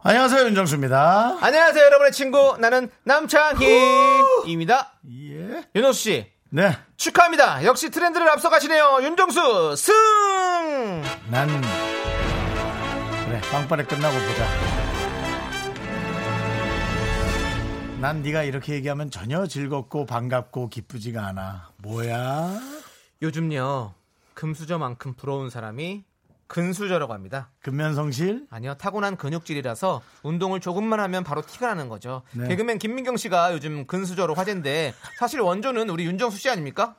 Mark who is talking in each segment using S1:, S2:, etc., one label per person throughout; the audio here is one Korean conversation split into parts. S1: 안녕하세요 윤정수입니다.
S2: 안녕하세요, 여러분의 친구. 나는 남창희입니다.
S1: 예.
S2: 윤호수 씨,
S1: 네,
S2: 축하합니다. 역시 트렌드를 앞서가시네요. 윤정수, 승!
S1: 난 그래 빵빠레 끝나고 보자. 난 네가 이렇게 얘기하면 전혀 즐겁고 반갑고 기쁘지가 않아. 뭐야?
S2: 요즘요, 금수저만큼 부러운 사람이 근수저라고 합니다.
S1: 근면성실?
S2: 아니요, 타고난 근육질이라서 운동을 조금만 하면 바로 티가 나는 거죠.
S1: 네.
S2: 개그맨 김민경 씨가 요즘 근수저로 화제인데, 사실 원조는 우리 윤정수 씨 아닙니까?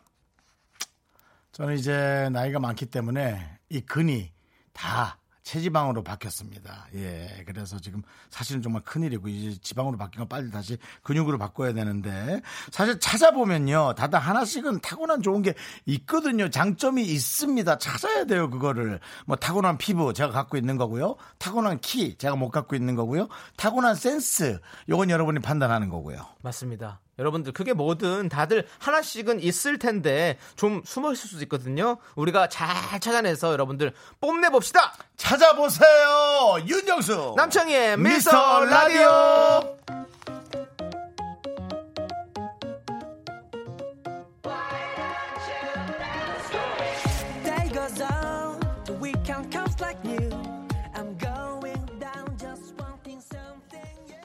S1: 저는 이제 나이가 많기 때문에 이 근이 다 체지방으로 바뀌었습니다. 예. 그래서 지금 사실은 정말 큰일이고 이제 지방으로 바뀐 건 빨리 다시 근육으로 바꿔야 되는데 사실 찾아보면요. 다들 하나씩은 타고난 좋은 게 있거든요. 장점이 있습니다. 찾아야 돼요. 그거를. 뭐 타고난 피부 제가 갖고 있는 거고요. 타고난 키 제가 못 갖고 있는 거고요. 타고난 센스 요건 여러분이 판단하는 거고요.
S2: 맞습니다. 여러분들 그게 뭐든 다들 하나씩은 있을 텐데 좀 숨어 있을 수도 있거든요. 우리가 잘 찾아내서 여러분들 뽐내 봅시다.
S1: 찾아보세요. 윤정수.
S2: 남창희의 어, 미스터 라디오.
S3: Day goes on, the weekend comes like new. I'm going down, just wanting something new.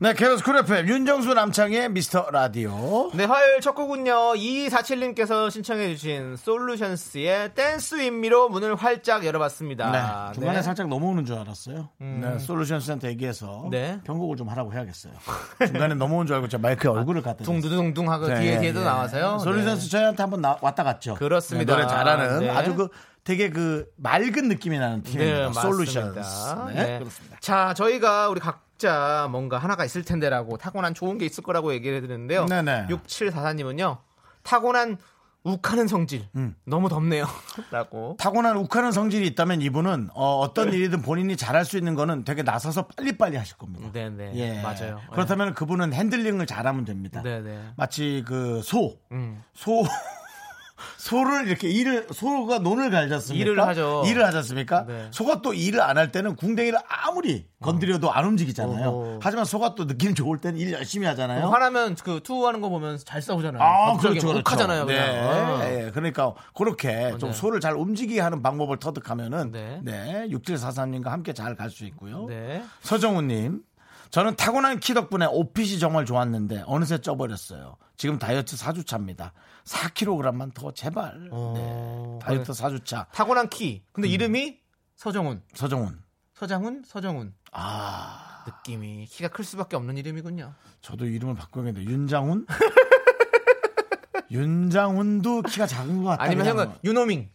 S1: 네, 케빈스 쿨 FM 윤정수 남창의 미스터 라디오.
S2: 네, 화요일 첫 곡은요. 2247님께서 신청해 주신 솔루션스의 댄스 윗미로 문을 활짝 열어봤습니다.
S1: 네, 중간에
S2: 네.
S1: 살짝 넘어오는 줄 알았어요. 네, 솔루션 센터 얘기해서
S2: 네.
S1: 변곡을 좀 하라고 해야겠어요. 중간에 넘어온 줄 알고 제가 마이크에 얼굴을 갖다 댔어요.
S2: 둥두둥둥 하고 뒤에
S1: 예,
S2: 뒤에도
S1: 예.
S2: 나와서요.
S1: 솔루션
S2: 네.
S1: 스 저희한테 한번 나- 왔다 갔죠.
S2: 그렇습니다.
S1: 네, 노래 잘하는
S2: 네.
S1: 아주 그 되게 그 맑은 느낌이 나는 팀입니다.
S2: 맞습니다.
S1: 솔루션. 네,
S2: 네.
S1: 그렇습니다.
S2: 자, 저희가 우리 각자 뭔가 하나가 있을 텐데라고 타고난 좋은 게 있을 거라고 얘기를 해드렸는데요.
S1: 네네.
S2: 6744님은요. 타고난 욱하는 성질.
S1: 음.
S2: 너무 덥네요. 라고.
S1: 타고난 욱하는 성질이 있다면 이분은 어,
S2: 네.
S1: 떤 일이든 본인이 잘할 수 있는 거는 되게 나서서 빨리빨리 하실 겁니다.
S2: 네네.
S1: 예.
S2: 맞아요.
S1: 그렇다면 그분은 핸들링을 잘하면 됩니다.
S2: 네네.
S1: 마치 그 소,
S2: 음.
S1: 소, 소를 이렇게 일을 소가 논을 갈지 않습니까?
S2: 일을 하죠.
S1: 일을 하지 않습니까?
S2: 네.
S1: 소가 또 일을 안 할 때는 궁뎅이를 아무리 건드려도 안 움직이잖아요.
S2: 어허.
S1: 하지만 소가 또 느낌 좋을 때는 일 열심히 하잖아요.
S2: 화나면 그 투우하는 거 보면 잘 싸우잖아요.
S1: 네. 아,
S2: 갑자기
S1: 그렇죠, 그렇죠.
S2: 욱하잖아요.
S1: 네.
S2: 그냥. 어.
S1: 예, 그러니까 그렇게 좀
S2: 네.
S1: 소를 잘 움직이게 하는 방법을 터득하면은 네,
S2: 네.
S1: 육질사사님과 함께 잘 갈 수 있고요.
S2: 네.
S1: 서정우님, 저는 타고난 키 덕분에 옷핏이 정말 좋았는데 어느새 쪄버렸어요. 지금 다이어트 4주차입니다. 4kg만 더 제발.
S2: 어.
S1: 네, 다이어트 음. 4주차.
S2: 타고난 키. 근데 이름이 서정훈.
S1: 서정훈.
S2: 서장훈, 서정훈.
S1: 아,
S2: 느낌이 키가 클 수밖에 없는 이름이군요.
S1: 저도 이름을 바꾸겠는데 윤장훈? 윤장훈도 키가 작은 것 같아요.
S2: 아니면 형은 유노밍.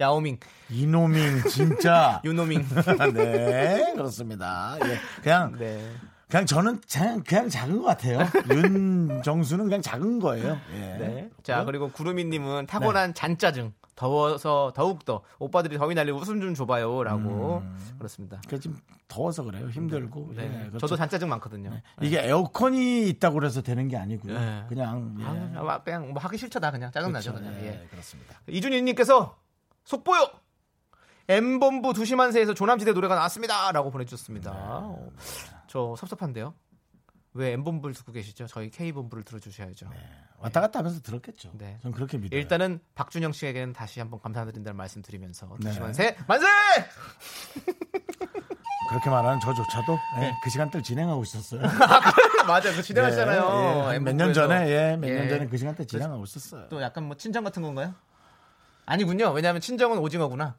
S2: 야오밍.
S1: 이노밍 진짜.
S2: 유노밍.
S1: 네, 그렇습니다. 예, 그냥
S2: 네.
S1: 그냥 저는 그냥, 그냥 작은 것 같아요. 윤정수는 그냥 작은 거예요. 예.
S2: 네. 자, 그리고 구루미님은 타고난 잔짜증. 더워서 더욱더 오빠들이 더위 날리 웃음 좀 줘봐요. 라고. 그렇습니다.
S1: 그 지금 더워서 그래요. 힘들고.
S2: 네.
S1: 예, 그렇죠.
S2: 저도 잔짜증 많거든요.
S1: 이게 에어컨이 있다고 그래서 되는 게 아니고요.
S2: 네.
S1: 그냥 예.
S2: 아, 아마 그냥 뭐 하기 싫다, 그냥. 짜증나죠.
S1: 그렇죠.
S2: 그냥.
S1: 예,
S2: 예.
S1: 그렇습니다.
S2: 이준희님께서 속보요! M본부 두시만세에서 조남지대 노래가 나왔습니다. 라고 보내주셨습니다. 어, 저 섭섭한데요. 왜 M본부를 듣고 계시죠? 저희 K본부를 들어주셔야죠.
S1: 왔다 갔다 하면서 들었겠죠.
S2: 네.
S1: 전 그렇게 믿어요.
S2: 일단은 박준영 씨에게는 다시 한번 감사드린다는 말씀 드리면서
S1: 네.
S2: 두시만세 만세!
S1: 그렇게 말하는 저조차도 예, 그 시간대를 진행하고 있었어요.
S2: 맞아, 네. 그 진행하시잖아요.
S1: 예, 몇 년 전에 예, 몇 년
S2: 예.
S1: 전에 그 시간대 진행하고 있었어요.
S2: 또 약간 뭐 친정 같은 건가요? 아니군요. 왜냐하면 친정은 오징어구나.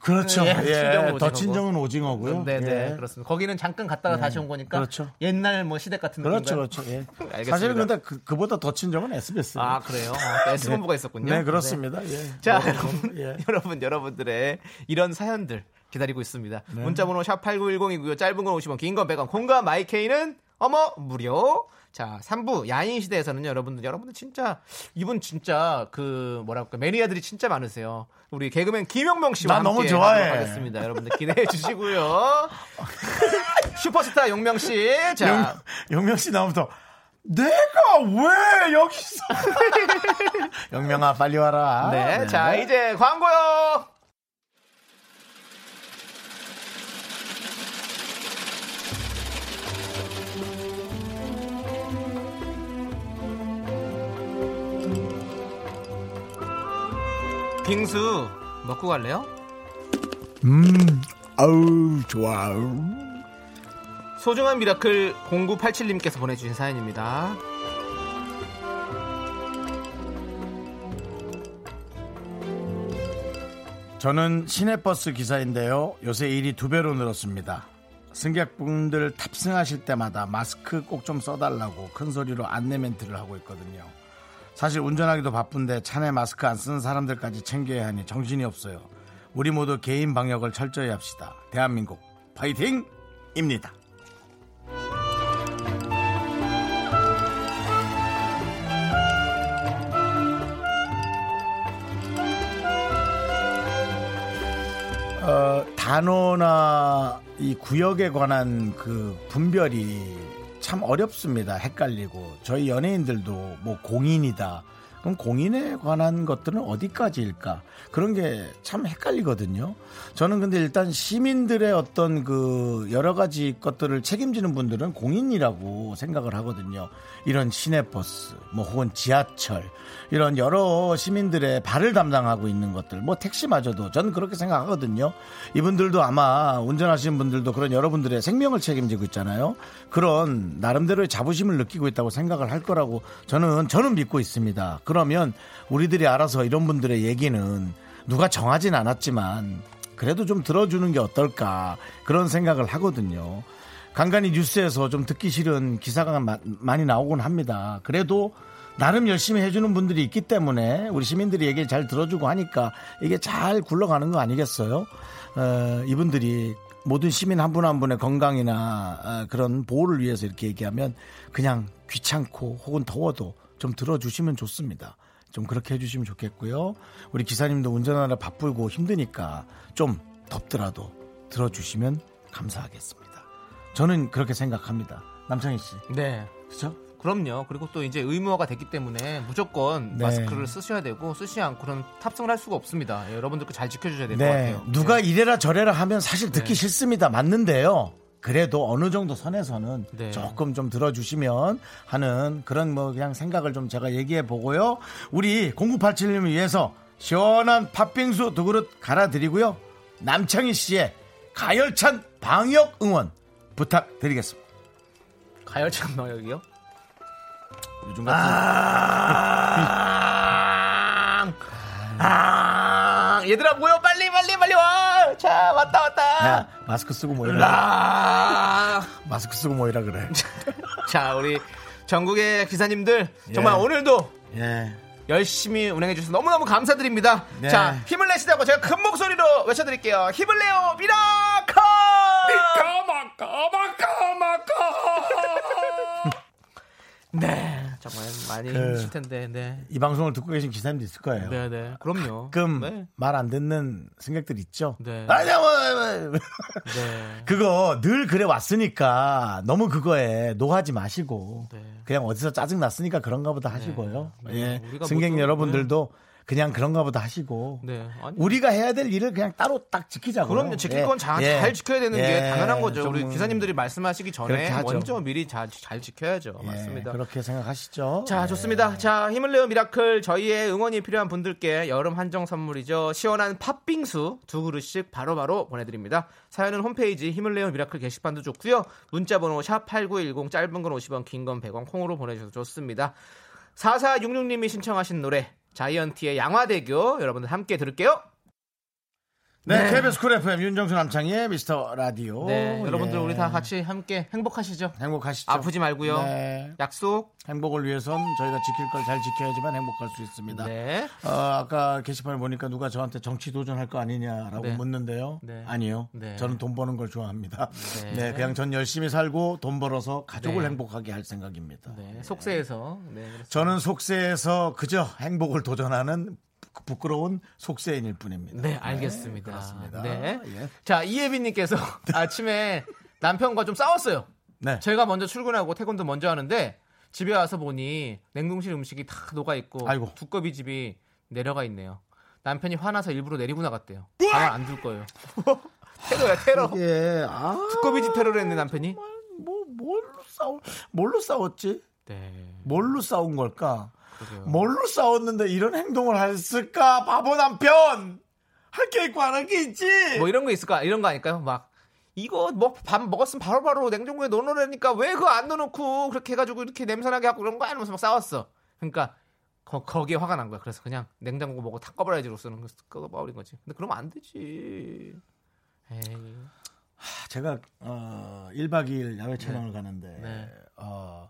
S1: 그렇죠.
S2: 예,
S1: 예,
S2: 친정은
S1: 더
S2: 오징어고.
S1: 친정은 오징어고요.
S2: 네, 네,
S1: 예.
S2: 그렇습니다. 거기는 잠깐 갔다가 다시 온 거니까
S1: 그렇죠.
S2: 옛날 뭐 시댁 같은
S1: 그렇죠,
S2: 느낌인가요?
S1: 그렇죠. 예.
S2: 알겠습니다.
S1: 사실 근데 그, 그보다 더 친정은 SBS.
S2: 아 그래요. 아, S 본부가 있었군요.
S1: 네, 그렇습니다. 예.
S2: 자,
S1: 뭐,
S2: 여러분,
S1: 예.
S2: 여러분, 여러분들의 이런 사연들 기다리고 있습니다.
S1: 네.
S2: 문자번호 샵 8910이고요. 짧은 건 50원, 긴 건 100원, 콩과 마이케이는 어머 무료. 자, 3부 야인 시대에서는요, 여러분들, 여러분들 진짜 이분 진짜 그 뭐랄까 매니아들이 진짜 많으세요. 우리 개그맨 김영명 씨와
S1: 나 너무
S2: 함께
S1: 좋아해.
S2: 하도록 하겠습니다. 여러분들 기대해 주시고요. 슈퍼스타 용명 씨, 자,
S1: 영, 명씨 나오면 더 내가 왜 여기서? 영명아 빨리 와라.
S2: 네, 자 이제 광고요. 빙수 먹고 갈래요?
S1: 음, 아우 좋아.
S2: 소중한 미라클 0987님께서 보내주신 사연입니다.
S1: 저는 시내버스 기사인데요. 요새 일이 두 배로 늘었습니다. 승객분들 탑승하실 때마다 마스크 꼭 좀 써달라고 큰 소리로 안내 멘트를 하고 있거든요. 사실 운전하기도 바쁜데 차내 마스크 안 쓰는 사람들까지 챙겨야 하니 정신이 없어요. 우리 모두 개인 방역을 철저히 합시다. 대한민국 파이팅입니다. 어, 단어나 이 구역에 관한 그 분별이 참 어렵습니다. 헷갈리고 저희 연예인들도 뭐 공인이다. 그럼 공인에 관한 것들은 어디까지일까? 그런 게 참 헷갈리거든요. 저는 근데 일단 시민들의 어떤 그 여러 가지 것들을 책임지는 분들은 공인이라고 생각을 하거든요. 이런 시내버스, 뭐 혹은 지하철, 이런 여러 시민들의 발을 담당하고 있는 것들, 뭐 택시마저도 저는 그렇게 생각하거든요. 이분들도 아마 운전하시는 분들도 그런 여러분들의 생명을 책임지고 있잖아요. 그런 나름대로의 자부심을 느끼고 있다고 생각을 할 거라고 저는 저는 믿고 있습니다. 그러면 우리들이 알아서 이런 분들의 얘기는 누가 정하진 않았지만 그래도 좀 들어주는 게 어떨까 그런 생각을 하거든요. 간간히 뉴스에서 좀 듣기 싫은 기사가 마- 많이 나오곤 합니다. 그래도 나름 열심히 해주는 분들이 있기 때문에 우리 시민들이 얘기를 잘 들어주고 하니까 이게 잘 굴러가는 거 아니겠어요? 어, 이분들이 모든 시민 한 분 한 분의 건강이나 어, 그런 보호를 위해서 이렇게 얘기하면 그냥 귀찮고 혹은 더워도 좀 들어주시면 좋습니다. 좀 그렇게 해주시면 좋겠고요. 우리 기사님도 운전하느라 바쁘고 힘드니까 좀 덥더라도 들어주시면 감사하겠습니다. 저는 그렇게 생각합니다. 남창희 씨,
S2: 네.
S1: 그렇죠?
S2: 그럼요. 그리고 또 이제 의무화가 됐기 때문에 무조건
S1: 네.
S2: 마스크를 쓰셔야 되고 쓰지 않고는 탑승을 할 수가 없습니다. 예, 여러분들 잘 지켜주셔야 될 것
S1: 네,
S2: 같아요.
S1: 누가
S2: 네.
S1: 이래라 저래라 하면 사실 듣기
S2: 네.
S1: 싫습니다. 맞는데요. 그래도 어느 정도 선에서는
S2: 네.
S1: 조금 좀 들어주시면 하는 그런 뭐 그냥 생각을 좀 제가 얘기해 보고요. 우리 0987님을 위해서 시원한 팥빙수 두 그릇 갈아드리고요. 남창희 씨의 가열찬 방역 응원 부탁드리겠습니다.
S2: 가열차 방역이요?
S1: 요즘 같은
S2: 아, 얘들아 모여 빨리 빨리 빨리 와. 자 왔다 왔다.
S1: 야, 마스크 쓰고 뭐 모이라
S2: 아.
S1: 마스크 쓰고 뭐 모이라 그래.
S2: 자 우리 전국의 기사님들 정말
S1: 예.
S2: 오늘도
S1: 예.
S2: 열심히 운행해 주셔서 너무너무 감사드립니다.
S1: 네.
S2: 자 힘을 내시라고 제가 큰 목소리로 외쳐드릴게요. 힘을 내요 미라클. 네, 정말 많이
S1: 그
S2: 힘드실 텐데, 네.
S1: 이 방송을 듣고 계신 기사님도 있을 거예요.
S2: 네, 네. 그럼요.
S1: 가끔
S2: 네.
S1: 말 안 듣는 생각들 있죠.
S2: 네.
S1: 아니야, 뭐, 뭐.
S2: 네.
S1: 그거 늘 그래 왔으니까 너무 그거에 노하지 마시고
S2: 네.
S1: 그냥 어디서 짜증 났으니까 그런가 보다 하시고요.
S2: 네.
S1: 예.
S2: 우리가
S1: 승객
S2: 뭐 좀,
S1: 여러분들도 그냥 그런가 보다 하시고
S2: 네. 아니,
S1: 우리가 예. 해야 될 일을 그냥 따로 딱 지키자고.
S2: 그럼요. 지킬 건 잘 지켜야 되는 게 당연한 거죠. 우리 기사님들이 말씀하시기
S1: 예. 그렇게
S2: 전에
S1: 하죠.
S2: 먼저 미리 잘, 잘 지켜야죠. 맞습니다.
S1: 예. 그렇게 생각하시죠.
S2: 자,
S1: 예.
S2: 좋습니다. 자, 힘을 내요 미라클 저희의 응원이 필요한 분들께 여름 한정 선물이죠. 시원한 팥빙수 두 그릇씩 바로바로 보내드립니다. 사연은 홈페이지 힘을 내요 미라클 게시판도 좋고요. 문자번호 샵 #8910 짧은 건 50원, 긴 건 100원 콩으로 보내주셔도 좋습니다. 4466님이 신청하신 노래 자이언티의 양화대교 여러분들 함께 들을게요.
S1: 네, KBS 쿨 FM 윤정수 남창희의 미스터 라디오.
S2: 네, 여러분들
S1: 예.
S2: 우리 다 같이 함께 행복하시죠.
S1: 행복하시죠?
S2: 아프지 말고요.
S1: 네.
S2: 약속.
S1: 행복을 위해선 저희가 지킬 걸 잘 지켜야지만 행복할 수 있습니다.
S2: 네.
S1: 어, 아까 게시판을 보니까 누가 저한테 정치 도전할 거 아니냐라고
S2: 네.
S1: 묻는데요.
S2: 네.
S1: 아니요.
S2: 네.
S1: 저는 돈 버는 걸 좋아합니다.
S2: 네.
S1: 네. 그냥 전 열심히 살고 돈 벌어서 가족을
S2: 네.
S1: 행복하게 할 생각입니다.
S2: 네, 속세에서. 네, 그렇습니다.
S1: 저는 속세에서 그저 행복을 도전하는 부- 부끄러운 속세인일 뿐입니다.
S2: 네, 알겠습니다. 네.
S1: 그렇습니다. 예.
S2: 자, 이예빈님께서 아침에 남편과 좀 싸웠어요.
S1: 네.
S2: 제가 먼저 출근하고 태권도 먼저 하는데 집에 와서 보니 냉동실 음식이 다 녹아 있고
S1: 아이고.
S2: 두꺼비 집이 내려가 있네요. 남편이 화나서 일부러 내리고 나갔대요. 가만 안 둘 거예요. 테러야 테러.
S1: 예. 아,
S2: 두꺼비 집 테러를 했네 남편이.
S1: 뭐 뭘로 싸우 뭘로 싸웠지?
S2: 네.
S1: 뭘로 싸운 걸까?
S2: 그러게요.
S1: 뭘로 싸웠는데 이런 행동을 했을까? 바보 남편! 할 게 있고 안 할 게 있지!
S2: 뭐 이런 거 있을까? 이런 거 아닐까요? 막 이거 뭐 밥 먹었으면 바로바로 냉장고에 넣어놓으라니까 왜 그거 안 넣어놓고 그렇게 해가지고 이렇게 냄새나게 하고 그런 거야? 이러면서 막 싸웠어. 그러니까 거, 거기에 화가 난 거야. 그래서 그냥 냉장고 먹고 다 꺼버려야지로 쓰는 거 꺼버린 거지. 근데 그러면 안 되지. 에이.
S1: 제가 어, 1박 2일 야외 촬영을 가는데
S2: 네.
S1: 어,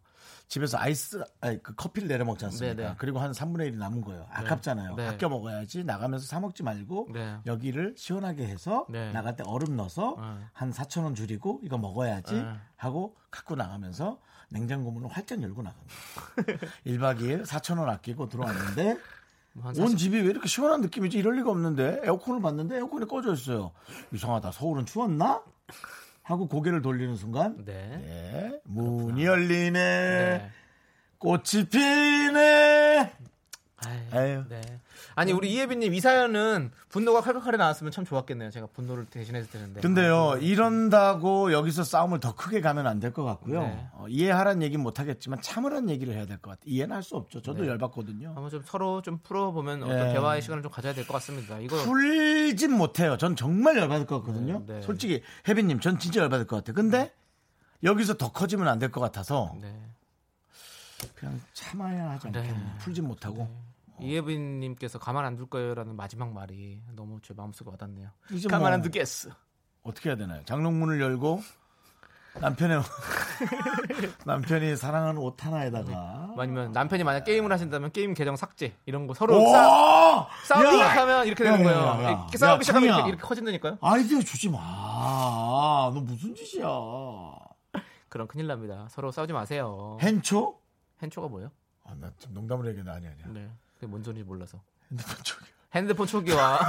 S1: 집에서 아이스 아니, 그 커피를 내려 먹지 않습니까?
S2: 네, 네.
S1: 그리고 한 3분의 1이 남은 거예요. 아깝잖아요.
S2: 네.
S1: 아껴 먹어야지 나가면서 사 먹지 말고
S2: 네.
S1: 여기를 시원하게 해서
S2: 네.
S1: 나갈 때 얼음 넣어서
S2: 네.
S1: 한 4천 원 줄이고 이거 먹어야지
S2: 네.
S1: 하고 갖고 나가면서 냉장고 문을 활짝 열고 나갑니다. 1박 2일 4천 원 아끼고 들어왔는데
S2: 뭐한
S1: 온
S2: 40...
S1: 집이 왜 이렇게 시원한 느낌이지? 이럴 리가 없는데 에어컨을 봤는데 에어컨이 꺼져 있어요. 이상하다. 서울은 추웠나? 하고 고개를 돌리는 순간
S2: 네.
S1: 예, 문이 열리네.
S2: 네.
S1: 꽃이 피네.
S2: 아이,
S1: 아유.
S2: 네. 아니 우리 이예빈님 이 사연은 분노가 칼칼칼이 나왔으면 참 좋았겠네요. 제가 분노를 대신해서 드는데. 아,
S1: 근데요
S2: 네.
S1: 이런다고 여기서 싸움을 더 크게 가면 안 될 것 같고요
S2: 네.
S1: 어, 이해하란 얘기는 못하겠지만 참으란 얘기를 해야 될 것 같아요 이해는 할 수 없죠 저도
S2: 네.
S1: 열받거든요
S2: 한번 좀 서로 좀 풀어보면 어떤
S1: 네.
S2: 대화의 시간을 좀 가져야 될 것 같습니다. 이거
S1: 풀진 못해요. 전 정말 열받을 것 같거든요.
S2: 네, 네.
S1: 솔직히 혜빈님, 전 진짜 열받을 것 같아요. 근데 여기서 더 커지면 안 될 것 같아서
S2: 네.
S1: 그냥 참아야 하지 않겠나.
S2: 네.
S1: 풀진 못하고
S2: 어. 이예빈님께서 가만 안 둘 거요라는 마지막 말이 너무 제 마음속에 와닿네요.
S1: 이제
S2: 가만
S1: 뭐-
S2: 안 두겠어.
S1: 어떻게 해야 되나요? 장롱문을 열고 남편의 남편이 사랑하는 옷 하나에다가
S2: 아니면 남편이 만약 게임을 하신다면 게임 계정 삭제 이런 거 서로 싸,
S1: 오!
S2: 싸우기
S1: 야!
S2: 시작하면 이렇게
S1: 야,
S2: 되는
S1: 야,
S2: 거예요.
S1: 야, 야.
S2: 이렇게 싸우기
S1: 야,
S2: 시작하면
S1: 창희야.
S2: 이렇게, 이렇게 커진다니까요.
S1: 아이디어 주지 마. 너 무슨 짓이야?
S2: 그럼 큰일 납니다. 서로 싸우지 마세요.
S1: 헨초?
S2: 핸초가 뭐예요?
S1: 아, 나좀 농담으로 얘기해. 아니 아니야.
S2: 네. 그게 뭔 소리인지 몰라서.
S1: 핸드폰 쪽이야.
S2: 핸드폰 초기화.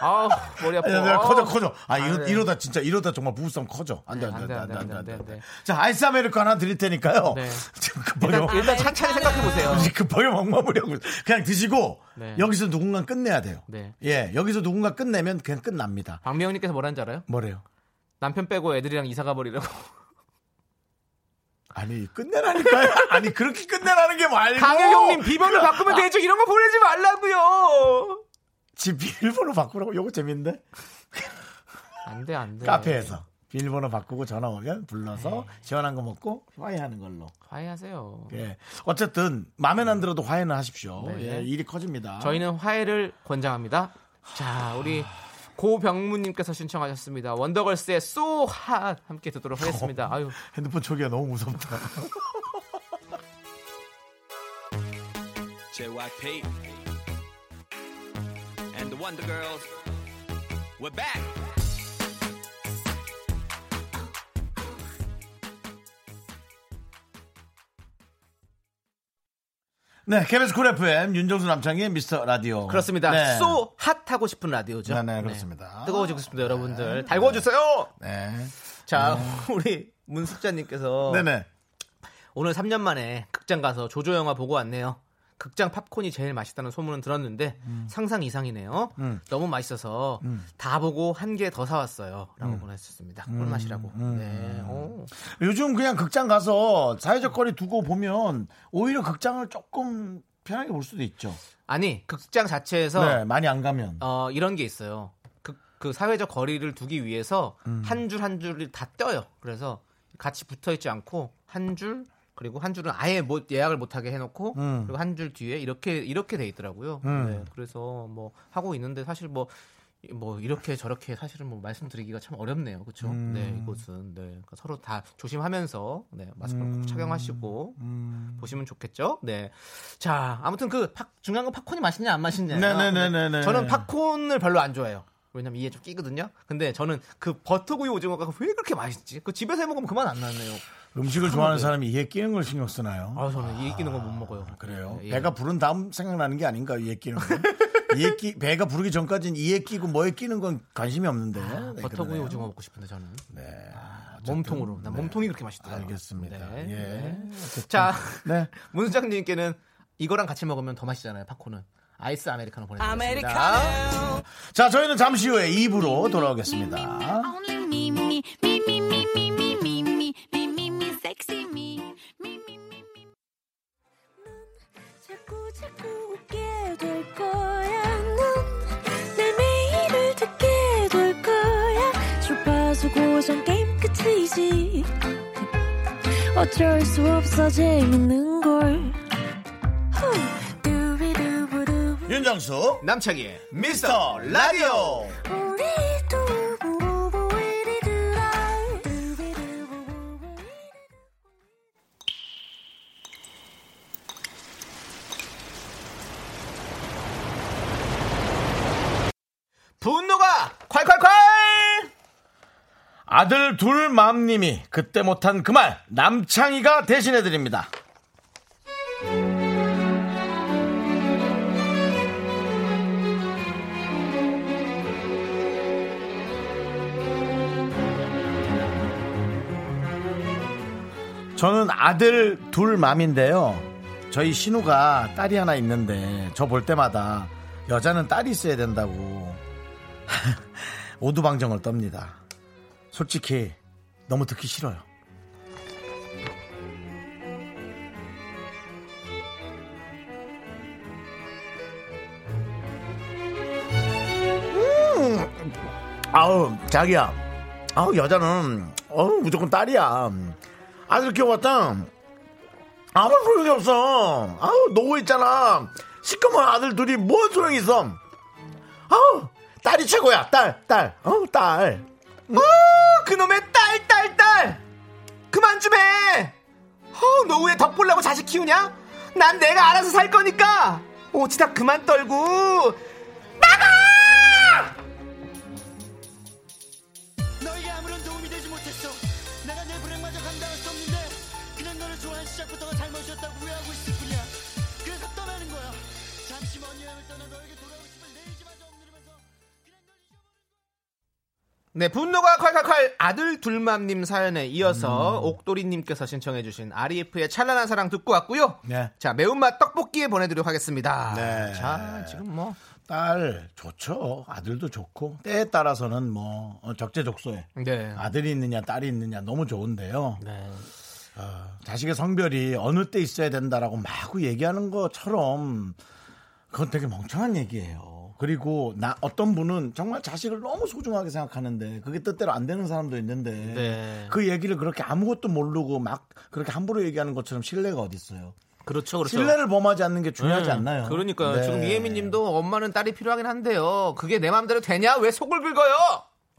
S2: 아우 머리 어. 아파.
S1: 야, 야, 커져 커져. 아 이러,
S2: 네.
S1: 이러다 진짜 이러다 정말 부부싸움 커져. 안돼
S2: 네,
S1: 안돼 안돼
S2: 안 돼,
S1: 안돼
S2: 안 돼, 안
S1: 안돼.
S2: 돼.
S1: 자 아이스 아메리카 하나 드릴 테니까요.
S2: 네.
S1: 지금
S2: 일단,
S1: 급하게 막-
S2: 일단 차차히 생각해
S1: 아,
S2: 보세요.
S1: 급하게 막 마무리하고 그 그냥 드시고
S2: 네.
S1: 여기서 누군가 끝내야 돼요.
S2: 네.
S1: 예 여기서 누군가 끝내면 그냥 끝납니다.
S2: 박미영님께서 뭐라는지 알아요?
S1: 뭐래요?
S2: 남편 빼고 애들이랑 이사 가버리라고.
S1: 아니 끝내라니까요. 아니 그렇게 끝내라는 게뭐 말고.
S2: 강혁 형님 비번을 바꾸면 되죠. 이런 거 보내지 말라고요.
S1: 집 비밀번호 바꾸라고 요거 재밌는데
S2: 네. 안돼 안돼.
S1: 카페에서 비밀번호 바꾸고 전화 오면 불러서
S2: 네.
S1: 시원한 거 먹고 화해하는 걸로.
S2: 화해하세요.
S1: 예. 어쨌든 마음에 안 들어도 화해는 하십시오.
S2: 네.
S1: 예, 일이 커집니다.
S2: 저희는 화해를 권장합니다. 자 우리 고병무님께서 신청하셨습니다. 원더걸스의 소핫 함께 듣도록 하겠습니다. 아유
S1: 핸드폰 초기가 너무 무섭다.
S4: JYP and the Wonder Girls. We're back.
S1: 네, KBS 쿨 FM 윤정수 남창의 미스터 라디오.
S2: 그렇습니다.
S1: 네.
S2: 소핫 하고 싶은 라디오죠.
S1: 네, 네, 그렇습니다.
S2: 네. 뜨거워지고 싶습니다, 아. 여러분들. 달궈주세요.
S1: 네.
S2: 자 우리 문숙자님께서
S1: 네, 네.
S2: 오늘 3년 만에 극장 가서 조조 영화 보고 왔네요. 극장 팝콘이 제일 맛있다는 소문은 들었는데 상상 이상이네요. 너무 맛있어서 다 보고 한 개 더 사왔어요. 라고 보내주셨습니다. 꿀맛이라고. 네. 오.
S1: 요즘 그냥 극장 가서 사회적 거리 두고 보면 오히려 극장을 조금 편하게 볼 수도 있죠.
S2: 아니 극장 자체에서
S1: 네, 많이 안 가면.
S2: 어, 이런 게 있어요. 그, 그 사회적 거리를 두기 위해서 한 줄 한 줄을 다 떼요. 그래서 같이 붙어 있지 않고 한 줄, 그리고 한 줄은 아예 못, 예약을 못하게 해놓고 그리고 한 줄 뒤에 이렇게 이렇게 돼 있더라고요. 네, 그래서 뭐 하고 있는데 사실 뭐 뭐 이렇게 저렇게 사실은 뭐 말씀드리기가 참 어렵네요. 그렇죠?
S1: 음.
S2: 네, 이곳은 네. 그러니까 서로 다 조심하면서 네, 마스크를 꼭 착용하시고 보시면 좋겠죠? 네. 자, 아무튼 그 팝- 중요한 건 팝콘이 맛있냐 안 맛있냐.
S1: 네네네네네.
S2: 저는 팝콘을 별로 안 좋아해요. 왜냐면 이에 좀 끼거든요. 근데 저는 그 버터구이 오징어가 왜 그렇게 맛있지? 그 집에서 해 먹으면 그만 안 나네요.
S1: 음식을 좋아하는 사람이 이에 끼는 걸 신경 쓰나요?
S2: 네. 아, 저는 이에 끼는 건 못 먹어요.
S1: 아, 그래요.
S2: 네, 예.
S1: 배가 부른 다음 생각나는 게 아닌가 이에 끼는 건. 이에 끼 배가 부르기 전까지는 이에 끼고 뭐에 끼는 건 관심이 없는데. 네,
S2: 아, 버터구이
S1: 그러네요.
S2: 오징어 먹고 싶은데 저는
S1: 네.
S2: 몸통으로 난 몸통이 그렇게 맛있더라고요.
S1: 알겠습니다.
S2: 네.
S1: 예.
S2: 자,
S1: 네.
S2: 문수장님께는 이거랑 같이 먹으면 더 맛있잖아요. 팝콘은 아이스 아메리카노 보내드립니다.
S3: 아메리카노
S1: 자, 저희는 잠시 후에 2부로 돌아오겠습니다.
S5: Only me, me, me, me, me, me, me, me, me, me, me, me, sexy me. Me, me, me, me.
S3: 자꾸 자꾸 웃게 될 거야 넌내 매일을 듣게 될 거야 주파수 고정 게임 끝이지 어쩔 수 없어 재밌는 걸 후. 두비두부두부.
S1: 윤정수
S2: 남창희의
S1: 미스터 라디오.
S3: 우리 두부부부 우리 두라. 두비두부부부 우리 두라.
S2: 분노가 콸콸콸!
S1: 아들 둘 맘님이 그때 못한 그 말 남창희가 대신해 드립니다. 저는 아들 둘 맘인데요. 저희 신우가 딸이 하나 있는데 저 볼 때마다 여자는 딸이 있어야 된다고 오두방정을 떱니다. 솔직히 너무 듣기 싫어요. 음, 아우 자기야, 아우 여자는 어우 무조건 딸이야. 아들 키워봤다. 아무 소용이 없어. 아우 노고 있잖아. 시커먼 아들 둘이 뭔 소용이 있어? 아우 딸이 최고야 딸 딸 어우 딸
S2: 어, 그놈의 딸, 딸, 딸! 그만 좀 해! 어, 너 왜 덕 보려고 자식 키우냐? 난 내가 알아서 살 거니까! 오지다 그만 떨고!
S6: 너에게 아무런 도움이 되지 못했어. 내가 내 불행마저 감당할 수 없는데 그냥 너를 좋아한 시작부터가 잘못이었다고 후회하고 있을 뿐이야. 그래서 떠나는 거야. 잠시 먼 여행을 떠나 너에게 돌아오고 싶은 내 이지마저 억누르면서 그냥 널 잊어버려.
S2: 네, 분노가 콸콸콸 아들 둘맘님 사연에
S1: 음.
S2: 이어서 옥돌이님께서 신청해주신 REF의 찬란한 사랑 듣고 왔고요.
S1: 네.
S2: 자, 매운맛 떡볶이에 보내드리도록 하겠습니다.
S1: 네.
S2: 자, 지금 뭐.
S1: 딸 좋죠. 아들도 좋고 때에 따라서는 뭐 어, 적재적소에
S2: 네.
S1: 아들이 있느냐 딸이 있느냐 너무 좋은데요.
S2: 네.
S1: 자식의 성별이 어느 때 있어야 된다라고 마구 얘기하는 것처럼 그건 되게 멍청한 얘기예요. 그리고 나 어떤 분은 정말 자식을 너무 소중하게 생각하는데 그게 뜻대로 안 되는 사람도 있는데
S2: 네.
S1: 그 얘기를 그렇게 아무것도 모르고 막 그렇게 함부로 얘기하는 것처럼 신뢰가 어디 있어요?
S2: 그렇죠, 그렇죠.
S1: 신뢰를 범하지 않는 게 중요하지
S2: 음,
S1: 않나요?
S2: 그러니까요.
S1: 네.
S2: 지금 이혜민 님도 엄마는 딸이 필요하긴 한데요. 그게 내 마음대로 되냐? 왜 속을 긁어요?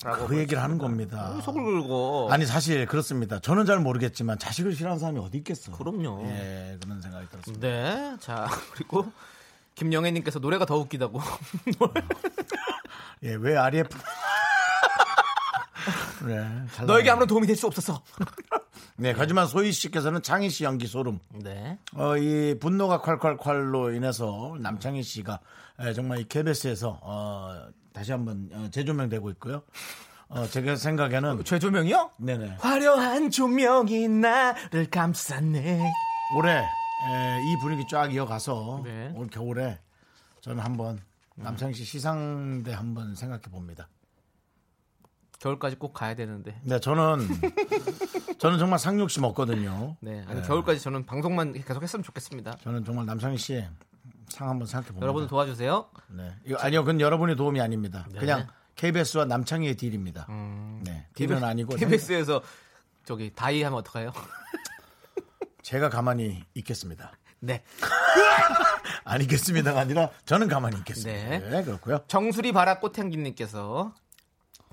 S2: 라고.
S1: 그 얘기를 하는 겁니다.
S2: 왜 속을 긁어.
S1: 아니 사실 그렇습니다. 저는 잘 모르겠지만 자식을 싫어하는 사람이 어디 있겠어?
S2: 그럼요.
S1: 예, 그런 생각이 들었습니다.
S2: 네. 자, 그리고 김영애 님께서 노래가 더 웃기다고.
S1: 예, 왜 RF? 네, 잘
S2: 너에게
S1: 나가요.
S2: 아무런 도움이 될 수 없어서.
S1: 네, 하지만 소희 씨께서는 창희 씨 연기 소름.
S2: 네.
S1: 어, 이 분노가 콸콸콸로 인해서 남창희 씨가 에, 정말 이 KBS에서 어, 다시 한번 어, 재조명되고 있고요. 어, 제가 생각에는
S2: 그렇죠. 죄조명이요?
S1: 네네
S2: 화려한 조명이 나를 감싸네.
S1: 올해 에, 이 분위기 쫙 이어가서
S2: 네.
S1: 올 겨울에 저는 한번 남창희 씨 시상대 한번 생각해 봅니다.
S2: 겨울까지 꼭 가야 되는데.
S1: 네, 저는 저는 정말 상륙심 없거든요.
S2: 네. 음. 아니 겨울까지 저는 방송만 계속 했으면 좋겠습니다.
S1: 저는 정말 남창희 씨의 상 한번 생각해 봅니다.
S2: 여러분 도와주세요.
S1: 네. 이거 아니요, 그건 여러분의 도움이 아닙니다.
S2: 네.
S1: 그냥 KBS와 남창희의 딜입니다.
S2: 음.
S1: 네, 딜은 아니고
S2: KBS에서 저기 다이 하면 어떡해요?
S1: 제가 가만히 있겠습니다.
S2: 네.
S1: 안 있겠습니다가 아니라 저는 가만히 있겠습니다.
S2: 네.
S1: 네, 그렇고요.
S2: 정수리 바라 꽃향기님께서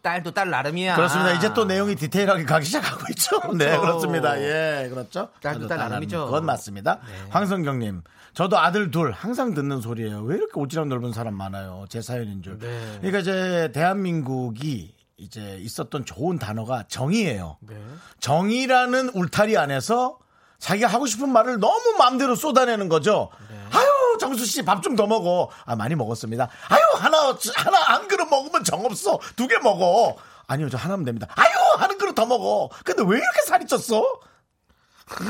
S2: 딸도 딸 나름이야.
S1: 그렇습니다. 이제 또
S2: 네,
S1: 내용이 디테일하게 가기 시작하고 있죠. 네,
S2: 그렇죠.
S1: 그렇습니다. 예, 그렇죠.
S2: 딸도
S1: 저도
S2: 딸
S1: 딸
S2: 아름이죠.
S1: 아름. 그건 맞습니다.
S2: 네.
S1: 황성경님, 저도 아들 둘 항상 듣는 소리예요. 왜 이렇게 오지랖 넓은 사람 많아요? 제 사연인 줄.
S2: 네.
S1: 그러니까 이제 대한민국이 이제 있었던 좋은 단어가 정의예요.
S2: 네.
S1: 정의라는 울타리 안에서 자기가 하고 싶은 말을 너무 마음대로 쏟아내는 거죠.
S2: 네.
S1: 아유 정수 씨 밥 좀 더 먹어. 아 많이 먹었습니다. 아유 하나 어찌- 하나 한 그릇 먹으면 정 없어. 두 개 먹어. 아니요 저 하나면 됩니다. 아유 한 그릇 더 먹어. 근데 왜 이렇게 살이 쪘어?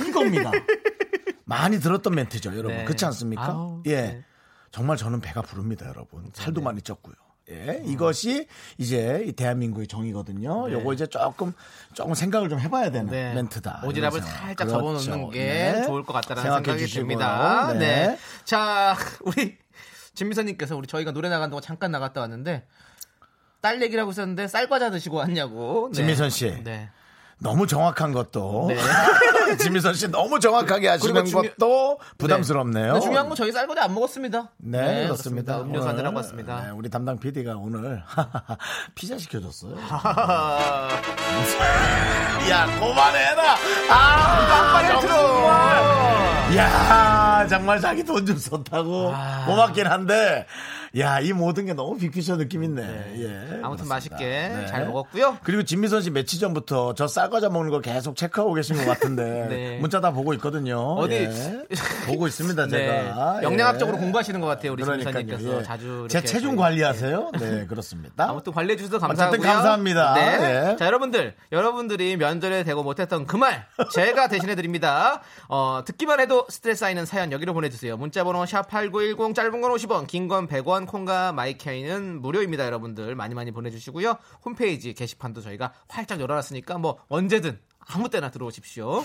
S1: 이겁니다. 많이 들었던 멘트죠, 여러분.
S2: 네.
S1: 그렇지 않습니까?
S2: 아우,
S1: 예.
S2: 네.
S1: 정말 저는 배가 부릅니다, 여러분. 살도 많이 쪘고요. 예,
S2: 네.
S1: 이것이 이제 이 대한민국의 정의거든요. 요거 이제 조금 조금 생각을 좀 해봐야 되는
S2: 네.
S1: 멘트다. 이런
S2: 오지랖을
S1: 생각.
S2: 살짝
S1: 그렇죠.
S2: 접어놓는 게
S1: 네.
S2: 좋을 것 같다라는
S1: 생각해
S2: 생각이
S1: 주시고요.
S2: 듭니다.
S1: 네.
S2: 네. 자, 우리 진미선님께서 우리 저희가 노래 나간 동안 잠깐 나갔다 왔는데 딸 얘기를 하고 있었는데 쌀과자 드시고 왔냐고. 네.
S1: 진미선 씨.
S2: 네.
S1: 너무 정확한 것도
S2: 네.
S1: 지미선 씨 너무 정확하게 하시는
S2: 그리고 중요-
S1: 것도 부담스럽네요.
S2: 근데 중요한 건 저희 쌀과자 안 먹었습니다.
S1: 네, 그렇습니다.
S2: 음료수 안
S1: 오늘,
S2: 들라고 왔습니다.
S1: 네, 우리 담당 PD가 오늘 피자 시켜줬어요.
S2: 아,
S1: 네. 야, 그만해라. 아,
S2: 빨리 들어.
S1: 야, 정말 자기 돈 좀 썼다고
S2: 아.
S1: 고맙긴 한데, 야, 이 모든 게 너무 빅피셔 느낌 있네. 예,
S2: 아무튼
S1: 그렇습니다.
S2: 맛있게
S1: 네.
S2: 잘 먹었고요.
S1: 그리고 진미선 씨 며칠 전부터 저 쌀과자 먹는 거 계속 체크하고 계신 것 같은데
S2: 네.
S1: 문자 다 보고 있거든요.
S2: 어디-
S1: 예. 보고 있습니다
S2: 네.
S1: 제가.
S2: 영양학적으로
S1: 예.
S2: 공부하시는 것 같아요. 우리 진미선님께서
S1: 예.
S2: 자주
S1: 제
S2: 이렇게
S1: 체중
S2: 저희- 예.
S1: 관리하세요? 네, 그렇습니다.
S2: 아무튼 관리해 주셔서
S1: 어쨌든
S2: 감사하고요.
S1: 감사합니다.
S2: 네.
S1: 예.
S2: 자 여러분들 여러분들이 면전에 대고 못했던 그 말 제가 대신해 드립니다. 어, 듣기만 해도 스트레스 쌓이는 사연 여기로 보내주세요. 문자번호 샵8910 짧은 건 50원 긴 건 100원 콩과 마이케이는 무료입니다. 여러분들 많이 많이 보내주시고요. 홈페이지 게시판도 저희가 활짝 열어놨으니까 뭐 언제든 아무 때나 들어오십시오.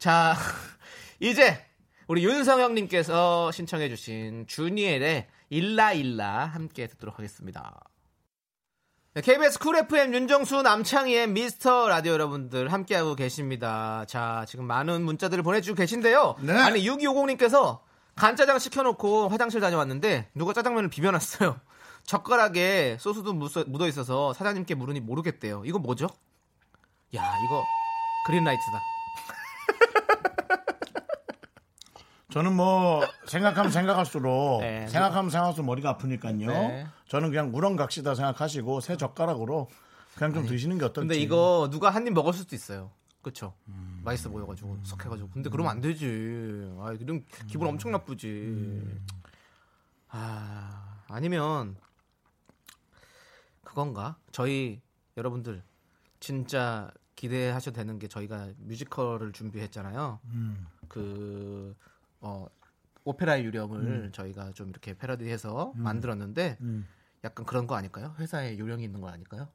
S2: 자 이제 우리 윤성형님께서 신청해주신 주니엘의 일라일라 함께 듣도록 하겠습니다. 네, KBS 쿨 FM 윤정수 남창희의 미스터 라디오 여러분들 함께하고 계십니다. 자, 지금 많은 문자들을 보내주고 계신데요.
S1: 네.
S2: 아니, 6250님께서 간짜장 시켜놓고 화장실 다녀왔는데 누가 짜장면을 비벼놨어요. 젓가락에 소스도 묻어- 묻어있어서 사장님께 물으니 모르겠대요. 이거 뭐죠? 야, 이거 그린라이트다.
S1: 저는 뭐 생각하면 생각할수록
S2: 네.
S1: 생각하면 생각할수록 머리가 아프니까요.
S2: 네.
S1: 저는 그냥 우렁각시다 생각하시고 새 젓가락으로 그냥 좀 드시는 게 어떨지.
S2: 근데 이거 누가 한 입 먹을 수도 있어요. 그쵸? 맛있어 보여가지고, 석해가지고. 근데 그러면 안 되지. 아, 이런 기분 엄청 나쁘지. 아, 아니면, 그건가? 저희, 여러분들, 진짜 기대하셔도 되는 게 저희가 뮤지컬을 준비했잖아요.
S1: 음.
S2: 그, 어, 오페라의 유령을
S1: 음.
S2: 저희가 좀 이렇게 패러디해서 만들었는데, 약간 그런 거 아닐까요? 회사에 요령이 있는 거 아닐까요?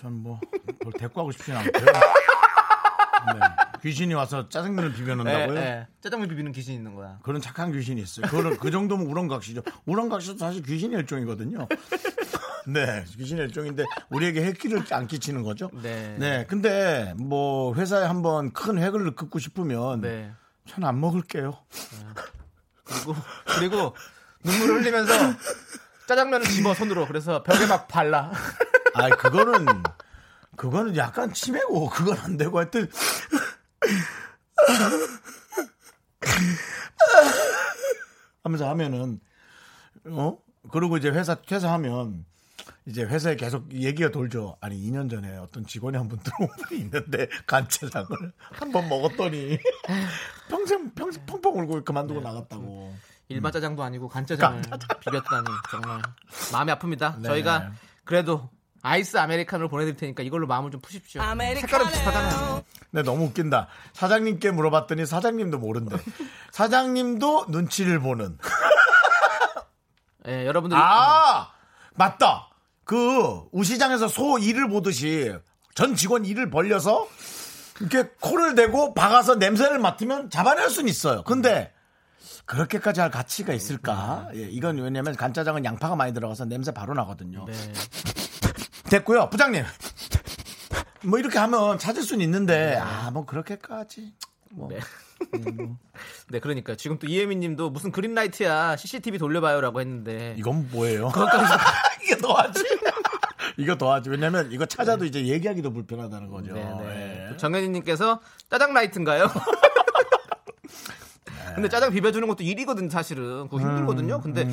S1: 전뭐 뭘 대꾸하고 싶진 않고요. 네. 귀신이 와서 짜장면을 비벼놓는다고요?
S2: 예, 예. 짜장면 비비는 귀신이 있는 거야.
S1: 그런 착한 귀신이 있어요. 그거는 그 정도면 우렁각시죠. 우렁각시도 사실 귀신의 일종이거든요. 네, 귀신의 일종인데 우리에게 해기를 안 끼치는 거죠.
S2: 네.
S1: 근데 뭐 회사에 한번 큰 획을 긋고 싶으면
S2: 네.
S1: 전 안 먹을게요.
S2: 그리고 그리고 눈물 을 흘리면서 짜장면을 집어 손으로 그래서 벽에 막 발라.
S1: 아, 그거는 그거는 약간 치매고 그건 안 되고 하여튼 하면서 하면은 어? 그리고 이제 회사 퇴사하면 이제 회사에 계속 얘기가 돌죠. 아니 2년 전에 어떤 직원이 한 분 들어온 분이 있는데 간짜장을 한 번 먹었더니 평생 평생 펑펑 울고 그만두고 나갔다고.
S2: 일반 짜장도 아니고 음. 간짜장을 비볐다니 정말 마음이 아픕니다.
S1: 네.
S2: 저희가 그래도 아이스 아메리카노를 보내드릴 테니까 이걸로 마음을 좀 푸십시오. 색깔은 비슷하잖아요.
S1: 근데 너무 웃긴다. 사장님께 물어봤더니 사장님도 모른대. 사장님도 눈치를 보는.
S2: 예, 여러분들
S1: 아
S2: 네.
S1: 맞다. 그 우시장에서 소 이를 보듯이 전 직원 이를 벌려서 이렇게 코를 대고 박아서 냄새를 맡으면 잡아낼 수는 있어요. 근데 그렇게까지 할 가치가 있을까? 예, 이건 왜냐면 간짜장은 양파가 많이 들어가서 냄새 바로 나거든요.
S2: 네.
S1: 됐고요, 부장님. 뭐 이렇게 하면 찾을 수는 있는데 아 뭐 그렇게까지 뭐
S2: 네. 네, 그러니까 지금 또 이혜민 님도 무슨 그린라이트야. CCTV 돌려봐요라고 했는데.
S1: 이건 뭐예요?
S2: 이게 너하지?
S1: 이거 더하지. 왜냐면 이거 찾아도 이제 얘기하기도 불편하다는 거죠.
S2: 네, 네.
S1: 예.
S2: 정현희 님께서 짜장 라이트인가요?
S1: 네.
S2: 근데 짜장 비벼주는 것도 일이거든 사실은 그거
S1: 음,
S2: 힘들거든요. 근데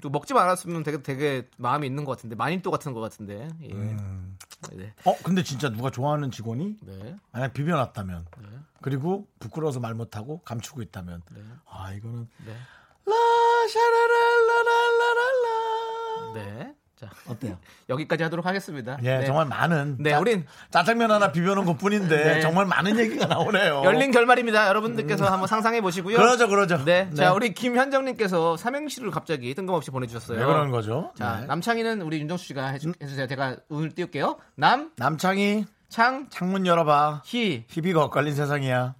S2: 또 먹지 말았으면 되게 되게 마음이 있는 것 같은데 마님또 같은 것 같은데. 예.
S1: 음.
S2: 네.
S1: 어, 근데 진짜 누가 좋아하는 직원이
S2: 네.
S1: 만약 비벼놨다면 그리고 부끄러워서 말 못하고 감추고 있다면 아 이거는
S2: 네.
S1: 라샤라랄라랄라랄라
S2: 네. 자
S1: 어때요?
S2: 여기까지 하도록 하겠습니다.
S1: 예,
S2: 네.
S1: 정말 많은
S2: 네,
S1: 짜,
S2: 우린-
S1: 짜장면 하나 비벼놓은 것뿐인데
S2: 네.
S1: 정말 많은 얘기가 나오네요.
S2: 열린 결말입니다. 여러분들께서 한번 상상해 보시고요.
S1: 어. 음. 그러죠, 그러죠.
S2: 네,
S1: 네.
S2: 자 우리 김현정님께서 삼행시를 갑자기 뜬금없이 보내주셨어요.
S1: 왜 그런 거죠?
S2: 자
S1: 네. 음.
S2: 남창희는 우리 윤정수 씨가 해주, 해주세요. 제가 운을 띄울게요. 남,
S1: 남창이
S2: 창,
S1: 창문 열어봐.
S2: 희
S1: 희비가 엇갈린 세상이야.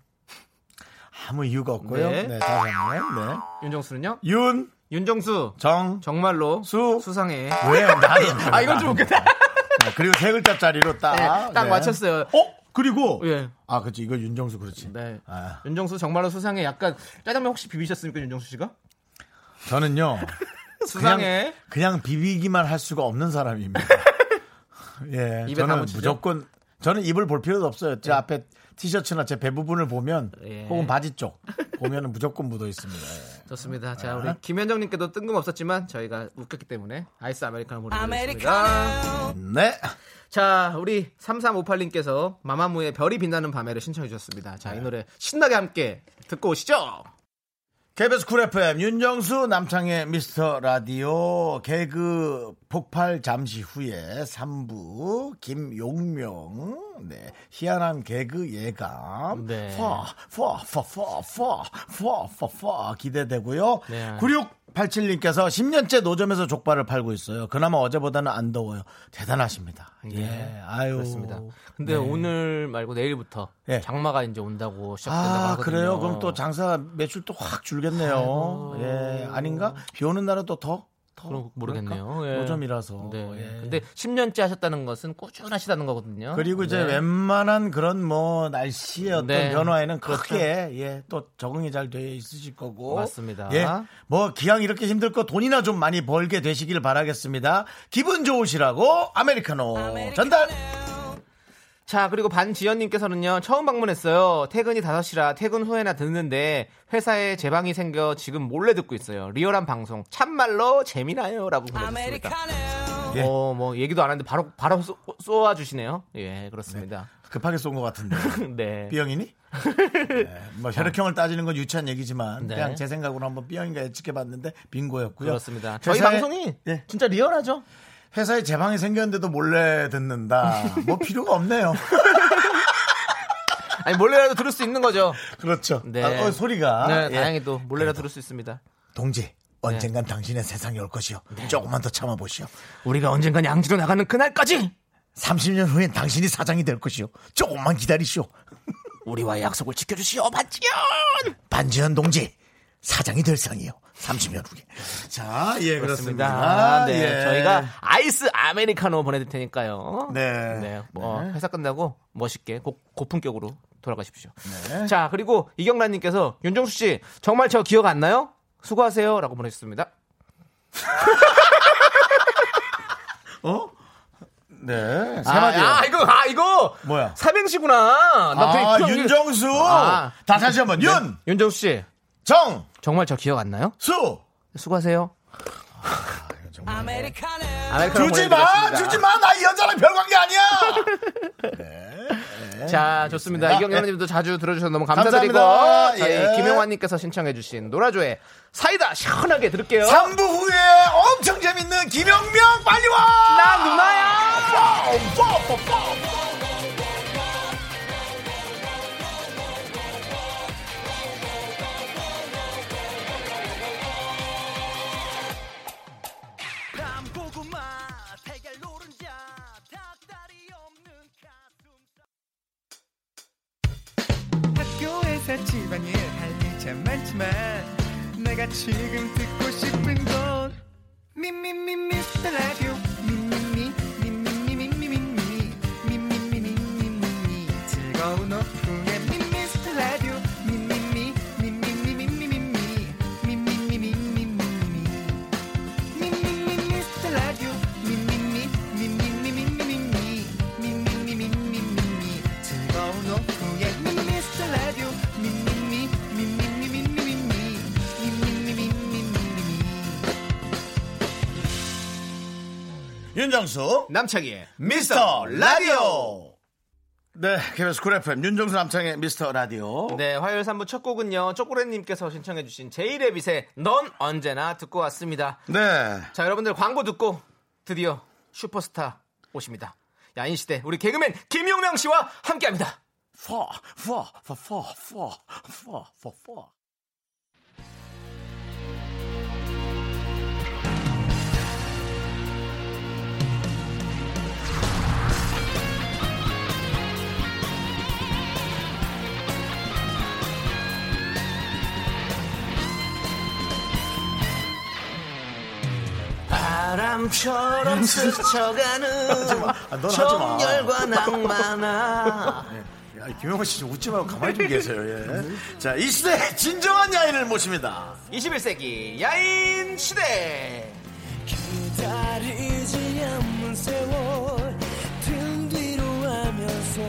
S1: 아무 이유가 없고요.
S2: 네.
S1: 네, 다시 한번. 네.
S2: 윤정수는요.
S1: 윤,
S2: 윤정수
S1: 정,
S2: 정말로
S1: 수.
S2: 수상해.
S1: 왜요? 나는.
S2: 아 이건 좀 웃겼다.
S1: 네, 그리고 세 글자짜리로 딱.
S2: 네, 딱 맞췄어요.
S1: 어? 그리고.
S2: 예.
S1: 아, 그치. 이거 윤정수 그렇지.
S2: 네.
S1: 아.
S2: 윤정수 정말로 수상해. 약간 짜장면 혹시 비비셨습니까, 윤정수 씨가?
S1: 저는요.
S2: 수상해.
S1: 그냥 비비기만 할 수가 없는 사람입니다. 예.
S2: 입에
S1: 저는
S2: 담으시죠?
S1: 무조건. 저는 입을 볼 필요도 없어요. 제 앞에 티셔츠나 제 배 부분을 보면
S2: 예.
S1: 혹은 바지 쪽 보면은 무조건 묻어 있습니다. 예.
S2: 좋습니다. 자 우리 김현정님께도 뜬금없었지만 저희가 웃겼기 때문에 아이스 아메리카노 보내드리겠습니다.
S3: 아메리카노
S1: 네.
S2: 자, 우리 3358님께서 마마무의 별이 빛나는 밤에를 신청해 주셨습니다. 자, 이 노래 신나게 함께 듣고 오시죠.
S1: KBS 쿨 FM 윤정수 남창의 미스터 라디오 개그 폭발 잠시 후에 3부 김용명 네 희한한 개그 예감
S2: 네.
S1: 파파파파파파파파 기대되고요.
S2: 네.
S1: 9687님께서 10년째 노점에서 족발을 팔고 있어요. 그나마 어제보다는 안 더워요. 대단하십니다. 예. 아유.
S2: 네, 그렇습니다. 네. 근데 오늘 말고 내일부터
S1: 예.
S2: 장마가 이제 온다고 시작된다고
S1: 아,
S2: 하거든요.
S1: 그래요? 그럼 또 장사 매출 또 확 줄겠네요. 예, 아닌가? 비 오는 날은 또 더? 더?
S2: 그럼 모르겠네요.
S1: 그럴까?
S2: 예.
S1: 노점이라서.
S2: 네.
S1: 예.
S2: 근데 10년째 하셨다는 것은 꾸준하시다는 거거든요.
S1: 그리고 이제
S2: 네.
S1: 웬만한 그런 뭐 날씨의 어떤
S2: 네.
S1: 변화에는
S2: 그렇죠.
S1: 크게 예, 또 적응이 잘 돼 있으실 거고.
S2: 맞습니다.
S1: 예. 뭐 기왕 이렇게 힘들 거 돈이나 좀 많이 벌게 되시길 바라겠습니다. 기분 좋으시라고 아메리카노 전달.
S2: 자, 그리고 반지연님께서는요, 처음 방문했어요. 퇴근이 5시라 퇴근 후에나 듣는데, 회사에 제 방이 생겨 지금 몰래 듣고 있어요. 리얼한 방송, 참말로 재미나요. 라고 보내주셨습니다.
S3: 아메리카노
S1: 예.
S2: 어, 뭐, 얘기도 안 하는데 바로, 바로 쏘, 쏘아주시네요. 예, 그렇습니다.
S1: 급하게 쏜 것 같은데.
S2: 네.
S1: B형이니? 네, 뭐 혈액형을 따지는 건 유치한 얘기지만
S2: 네.
S1: 그냥 제 생각으로 한번 B형인가 예측해봤는데 빙고였고요.
S2: 그렇습니다. 저희
S1: 회사에-
S2: 방송이
S1: 예,
S2: 진짜 리얼하죠?
S1: 회사에 제방이 생겼는데도 몰래 듣는다. 뭐 필요가 없네요.
S2: 아니, 몰래라도 들을 수 있는 거죠.
S1: 그렇죠.
S2: 네.
S1: 아, 어, 소리가
S2: 네,
S1: 예.
S2: 다행히 네. 또 몰래라 들을 수 있습니다.
S1: 동지 언젠간 당신의 세상이 올 것이요.
S2: 네.
S1: 조금만 더 참아보시오.
S2: 우리가 언젠간 양지로 나가는 그날까지!
S1: 30년 후엔 당신이 사장이 될 것이요. 조금만 기다리시오.
S2: 우리와의 약속을 지켜주시오, 반지연!
S1: 반지현 동지 사장이 될 상이요. 30년 후에. 자, 예 그렇습니다.
S2: 그렇습니다. 네,
S1: 예.
S2: 저희가 아이스 아메리카노 보내드릴 테니까요.
S1: 네.
S2: 뭐 회사 끝나고 멋있게 고, 고품격으로 돌아가십시오.
S1: 네.
S2: 자, 그리고 이경란님께서 윤정수 씨 정말 저 기억 안 나요? 수고하세요라고 보내주셨습니다.
S1: 어? 네.
S2: 아, 아, 이거 아 이거
S1: 뭐야?
S2: 삼행시구나. 나 되게
S1: 아,
S2: 기억이-
S1: 윤정수.
S2: 아.
S1: 다 다시 한번 윤,
S2: 윤정수 씨
S1: 정,
S2: 정말 저 기억 안 나요?
S1: 수.
S2: 수고하세요.
S3: 아메리카노
S2: 아메리카노
S1: 주지 마,
S2: 보내드리겠습니다.
S1: 주지 마. 나 이 여자랑 별 관계 아니야.
S2: 자, 좋습니다.
S1: 알겠습니다.
S2: 이경연님도 자주 들어주셔서 너무 감사드리고
S1: 감사합니다.
S2: 저희
S1: 예.
S2: 김영환님께서 신청해주신 노라조의 사이다 시원하게 들을게요.
S1: 3부 후에 엄청 재밌는 김영명 빨리 와.
S2: 나 누나야.
S1: 와우, 와우, 와우.
S6: 밤고구마 달걀 노른자 닭다리 없는 가슴살
S7: 학교에서 집안일 할 일 참 많지만 내가 지금 듣고 싶은 건 미미미 미스터 라디오 미미미 미미미 미미미 미미미 미미미 즐거운 오후
S8: 윤정수
S2: 남창희의
S8: 미스터 라디오
S1: 네, KBS 쿨 FM 윤정수 남창의 미스터 라디오.
S2: 네, 화요일 3부 첫 곡은요. 초콜릿님께서 신청해주신 제이레빗의 넌 언제나 듣고 왔습니다.
S1: 네.
S2: 자, 여러분들 광고 듣고 드디어 슈퍼스타 오십니다. 야인시대 우리 개그맨 김용명 씨와 함께합니다. 바람처럼 스쳐가는
S1: 아, 넌 하지 마. 예.
S2: 낭만아
S1: 야, 김영호 씨 좀 웃지 말고 가만히 좀 계세요. 예. 자, 이 시대 진정한 야인을 모십니다.
S2: 21세기 야인 시대
S3: 기다리지 않는 세월 등 뒤로 하면서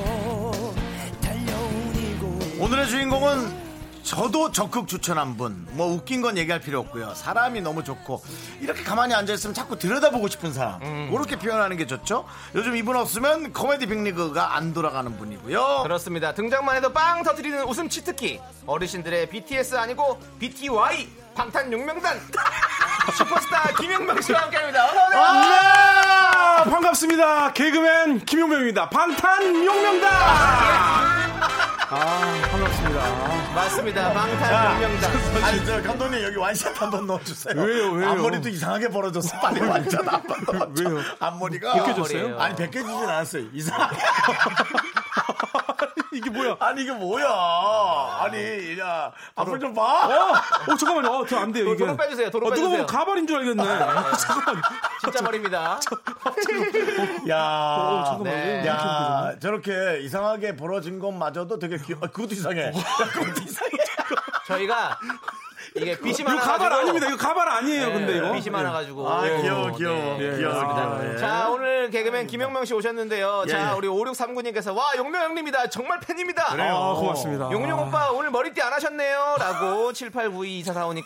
S3: 달려온 이곳
S1: 오늘의 주인공은 저도 적극 추천한 분. 뭐 웃긴 건 얘기할 필요 없고요. 사람이 너무 좋고 이렇게 가만히 앉아 있으면 자꾸 들여다보고 싶은 사람.
S9: 음.
S1: 그렇게 표현하는 게 좋죠. 요즘 이분 없으면 코미디 빅리그가 안 돌아가는 분이고요.
S2: 그렇습니다. 등장만 해도 빵 터트리는 웃음 치트키. 어르신들의 BTS 아니고 BTY 방탄 용명단. 슈퍼스타 김영명 씨와 함께합니다. 어서 오세요.
S9: 아, 반갑습니다. 개그맨 김용명입니다. 방탄 용명다. 아, 반갑습니다. 아,
S2: 맞습니다. 방탄 용명단.
S1: 아니, 저 감독님 여기 완샷 한 번 넣어주세요.
S9: 네! 왜요, 왜요?
S1: 앞머리도 이상하게 벌어졌어. 빨리 완샷 한 번 넣어줘.
S9: 왜요?
S1: 앞머리가
S9: 벗겨졌어요?
S1: 아니 벗겨지진 않았어요. 이상하게.
S9: 이게 뭐야?
S1: 아니 이게 뭐야? 아니 야 앞을 좀 봐.
S9: 어, 어, 잠깐만요. 어, 저 안 돼요, 이게.
S2: 도로 빼주세요. 도로
S9: 어, 누가
S2: 빼주세요.
S9: 보면 가발인 줄 알겠네. 아, 잠깐만.
S2: 진짜 말입니다.
S9: 어,
S1: 야.
S9: 잠깐만.
S2: 네.
S1: 야, 저렇게 이상하게 벌어진 것마저도 되게 귀여. 아, 그것도 이상해. 야, 그것도 이상해.
S2: 저희가 이게 빛이
S9: 이거
S2: 많아.
S9: 가발 아닙니다. 이거 가발 아니에요,
S2: 네,
S9: 근데 이거.
S2: 빛이 많아가지고.
S1: 아,
S2: 네.
S1: 귀여워, 귀여워, 귀여워. 아,
S9: 네.
S1: 예.
S9: 그렇습니다.
S1: 귀여워.
S2: 자 오늘 개그맨 김영명 씨 오셨는데요.
S9: 예,
S2: 자 우리 5639님께서 와 용명 형님이다 정말 팬입니다. 어,
S9: 아, 고맙습니다.
S2: 용룡 오빠 오늘 머리띠 안 하셨네요. 라고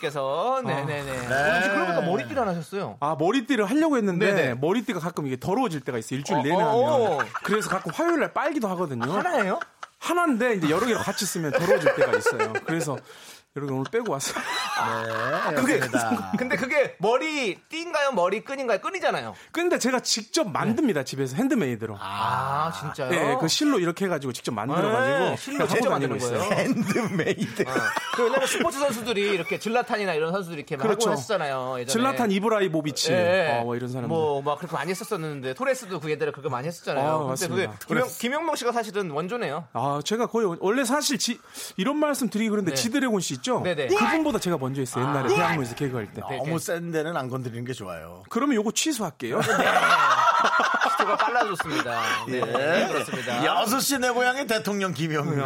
S2: 78922445님께서 네네네. 그러니까 머리띠를 안 하셨어요.
S9: 아 머리띠를 하려고 했는데
S2: 네네.
S9: 머리띠가 가끔 이게 더러워질 때가 있어 요 일주일
S2: 어,
S9: 내내
S2: 어, 어.
S9: 하면 그래서 가끔 화요일 날 빨기도 하거든요.
S2: 하나예요?
S9: 인데 이제 여러 개를 같이 쓰면 더러워질 때가 있어요. 그래서 여러 개 오늘 빼고 왔어요.
S2: 그게
S1: 그렇습니다.
S2: 근데 그게 머리띠인가요? 머리끈인가요? 끈이잖아요.
S9: 근데 제가 직접 만듭니다 집에서 핸드메이드로.
S2: 네. 아, 진짜요?
S9: 네, 그 실로 이렇게 해가지고 직접 만들어가지고
S2: 네, 실로
S9: 하고
S2: 제조 만드는
S9: 다니고
S2: 거예요.
S9: 있어요.
S1: 핸드메이드.
S2: 그 옛날에 스포츠 선수들이 이렇게 질라탄이나 이런 선수들이 이렇게 막
S9: 그렇죠.
S2: 하고 했었잖아요. 예전에.
S9: 질라탄 이브라이보비치,
S2: 예, 예.
S9: 어, 뭐 이런 사람들.
S2: 네. 뭐, 막 그렇게 많이 했었었는데, 토레스도 그 옛날에 그거 많이 했었잖아요.
S9: 아,
S2: 근데
S9: 맞습니다.
S2: 그게 김영, 김영명 씨가 사실은 원조네요.
S9: 아, 제가 거의 원- 원래 사실 지- 이런 말씀 드리기 그런데 지드래곤 씨 있죠?
S2: 네네.
S9: 그분보다 제가 먼저 했어요.
S1: 아.
S9: 옛날에 대학로에서 개그할 때.
S1: 너무 센 데는 안 건드리는 게 좋아요.
S9: 그러면 요거 취소할게요. 네.
S2: 시도가 네. 빨라졌습니다.
S9: 예,
S2: 네, 그렇습니다.
S1: 여섯 시 내 고향의 대통령 김영민.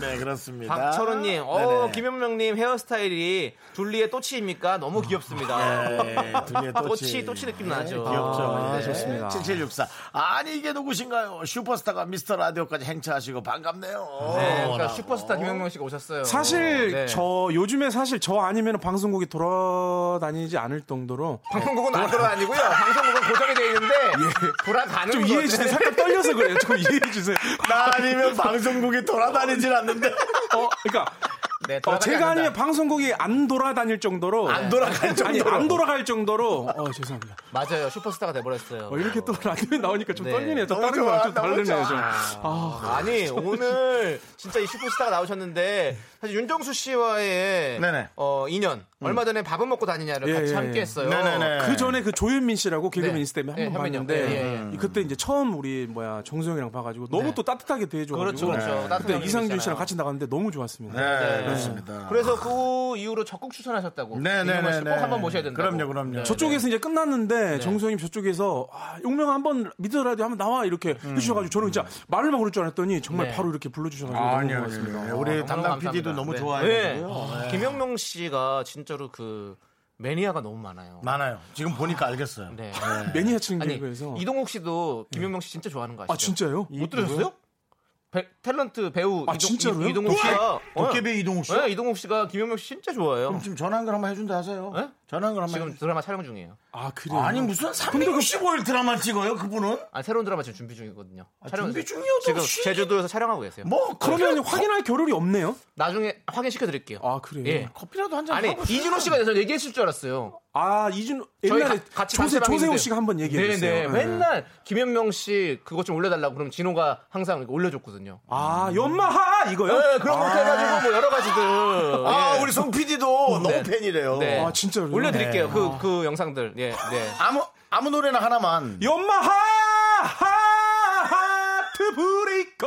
S1: 네, 그렇습니다.
S2: 박철호님, 어, 김현명님 헤어스타일이 둘리의 또치입니까?
S9: 아.
S2: 너무 귀엽습니다.
S9: 예,
S1: 네, 둘리의
S2: 또치, 또치
S9: 네,
S2: 느낌 나죠.
S1: 귀엽죠.
S9: 아,
S1: 네.
S9: 좋습니다.
S1: 7764. 아니, 이게 누구신가요? 슈퍼스타가 미스터 라디오까지 행차하시고 반갑네요.
S2: 네, 그러니까
S1: 뭐라고.
S2: 슈퍼스타 김현명 씨가 오셨어요.
S9: 사실
S2: 네.
S9: 저 요즘에 사실 저 아니면 방송국이 돌아다니지 않을 정도로
S2: 방송국은 안 돌아다니고요. 방송국은 고정이 돼 있는데 돌아가는
S9: 예. 좀
S2: 거죠.
S9: 이해해 주세요. 살짝 떨려서 그래요. 좀 이해해 주세요.
S1: 나 아니면 방송국이 돌아다니질 않는데.
S9: 어, 그러니까
S2: 네,
S9: 어,
S2: 돌아가지
S9: 제가
S2: 않는다.
S9: 아니면 방송국이 안 돌아다닐 정도로
S1: 안 돌아갈
S9: 아니
S1: 정도로.
S9: 안 돌아갈 정도로 어 죄송합니다.
S2: 맞아요. 슈퍼스타가 돼버렸어요.
S9: 어, 이렇게 또 라디오에 나오니까 좀
S2: 네.
S9: 떨리네요. 저
S1: 너무
S9: 다른
S1: 좋아,
S9: 거랑 좀
S1: 너무
S9: 다르네요.
S1: 좋아.
S9: 좀.
S2: 아니 오늘 진짜 이 슈퍼스타가 나오셨는데 사실 윤정수 씨와의
S1: 네네. 음.
S2: 어 인연 얼마 전에 밥은 먹고 다니냐를
S9: 예,
S2: 같이
S9: 예,
S2: 함께
S9: 예.
S2: 했어요.
S1: 네네네.
S9: 그 전에 그 조현민 씨라고 개그맨
S2: 네.
S9: 인스타그램에
S2: 네,
S9: 한번
S2: 현민이요.
S9: 봤는데
S2: 예,
S9: 그때 이제 처음 우리 뭐야 정수영이랑 봐가지고 너무
S2: 네.
S9: 또 따뜻하게 대해줘가지고 네.
S1: 음.
S2: 그렇죠, 그렇죠. 따뜻한
S9: 그때
S2: 형님이시잖아요.
S9: 이상준 씨랑 같이 나갔는데 너무 좋았습니다.
S1: 네, 그렇습니다. 네,
S2: 그래서 그 이후로 적극 추천하셨다고. 이명박 씨꼭 한번 모셔야 네, 된다.
S1: 그럼요, 그럼요.
S9: 저쪽에서 이제 끝났는데
S2: 네.
S9: 정수영님 저쪽에서 아, 용명 한번 믿어라도 한번 나와 이렇게 해주셔가지고 저는 진짜 말을 막 그럴 줄 알았더니 정말
S2: 음. 네.
S9: 바로 이렇게 불러주셔가지고 너무
S1: 아니요,
S9: 고맙습니다.
S1: 아니요. 우리 담당 PD도 너무 좋아해요.
S2: 네. 김영명 씨가 진짜로 그 매니아가 너무 많아요.
S1: 많아요. 지금 보니까 알겠어요.
S2: 네.
S9: 매니아층
S2: 아니
S9: 개그에서
S2: 이동욱 씨도 김영명 씨 진짜 좋아하는 거 아시죠?
S9: 아 진짜요?
S2: 못 들으셨어요? 배- 탤런트 배우
S9: 아,
S2: 이동,
S9: 진짜로요?
S2: 이동욱 씨가 어.
S1: 도깨비 이동욱 씨?
S2: 네, 이동욱 씨가 김영명 씨 진짜 좋아해요.
S1: 지금 전화 한걸 한번 해준다 하세요.
S2: 네?
S1: 전화한 걸 한번
S2: 지금 드라마 촬영 중이에요.
S9: 아 그-
S1: 해주세요. 아니 무슨 365일 드라마 찍어요 그분은?
S2: 아 새로운 드라마 지금 준비 중이거든요.
S1: 아,
S2: 촬영
S1: 준비 중이어도
S2: 지금
S1: 쉬-
S2: 제주도에서 촬영하고 계세요.
S1: 뭐
S9: 그러면 확인할 겨를이 없네요.
S2: 나중에 확인 시켜드릴게요.
S9: 아 그래요.
S2: 예.
S1: 커피라도 한 잔.
S2: 아니 이준호 씨가 그래서 얘기했을 줄 알았어요.
S9: 아 이준
S2: 저희
S9: 옛날에
S2: 가- 같이
S9: 조세
S2: 방송하는데.
S9: 조세호 씨가 한번 얘기해
S2: 네네.
S9: 주세요.
S2: 맨날 김현명 씨 그것 좀 올려달라고 그러면 진호가 항상 올려줬거든요.
S9: 아 연마하 이거요? 아.
S2: 네, 그런 걸 해가지고 뭐 여러 가지들.
S1: 아
S2: 예.
S1: 우리 송 PD도 너무
S2: 네.
S1: 팬이래요.
S2: 네.
S9: 아, 진짜로요? 아.
S2: 올려드릴게요.
S1: 네.
S2: 그 그 영상들. 예. 네.
S1: 아무 아무 노래나 하나만.
S9: 연마하 하트 브레이커.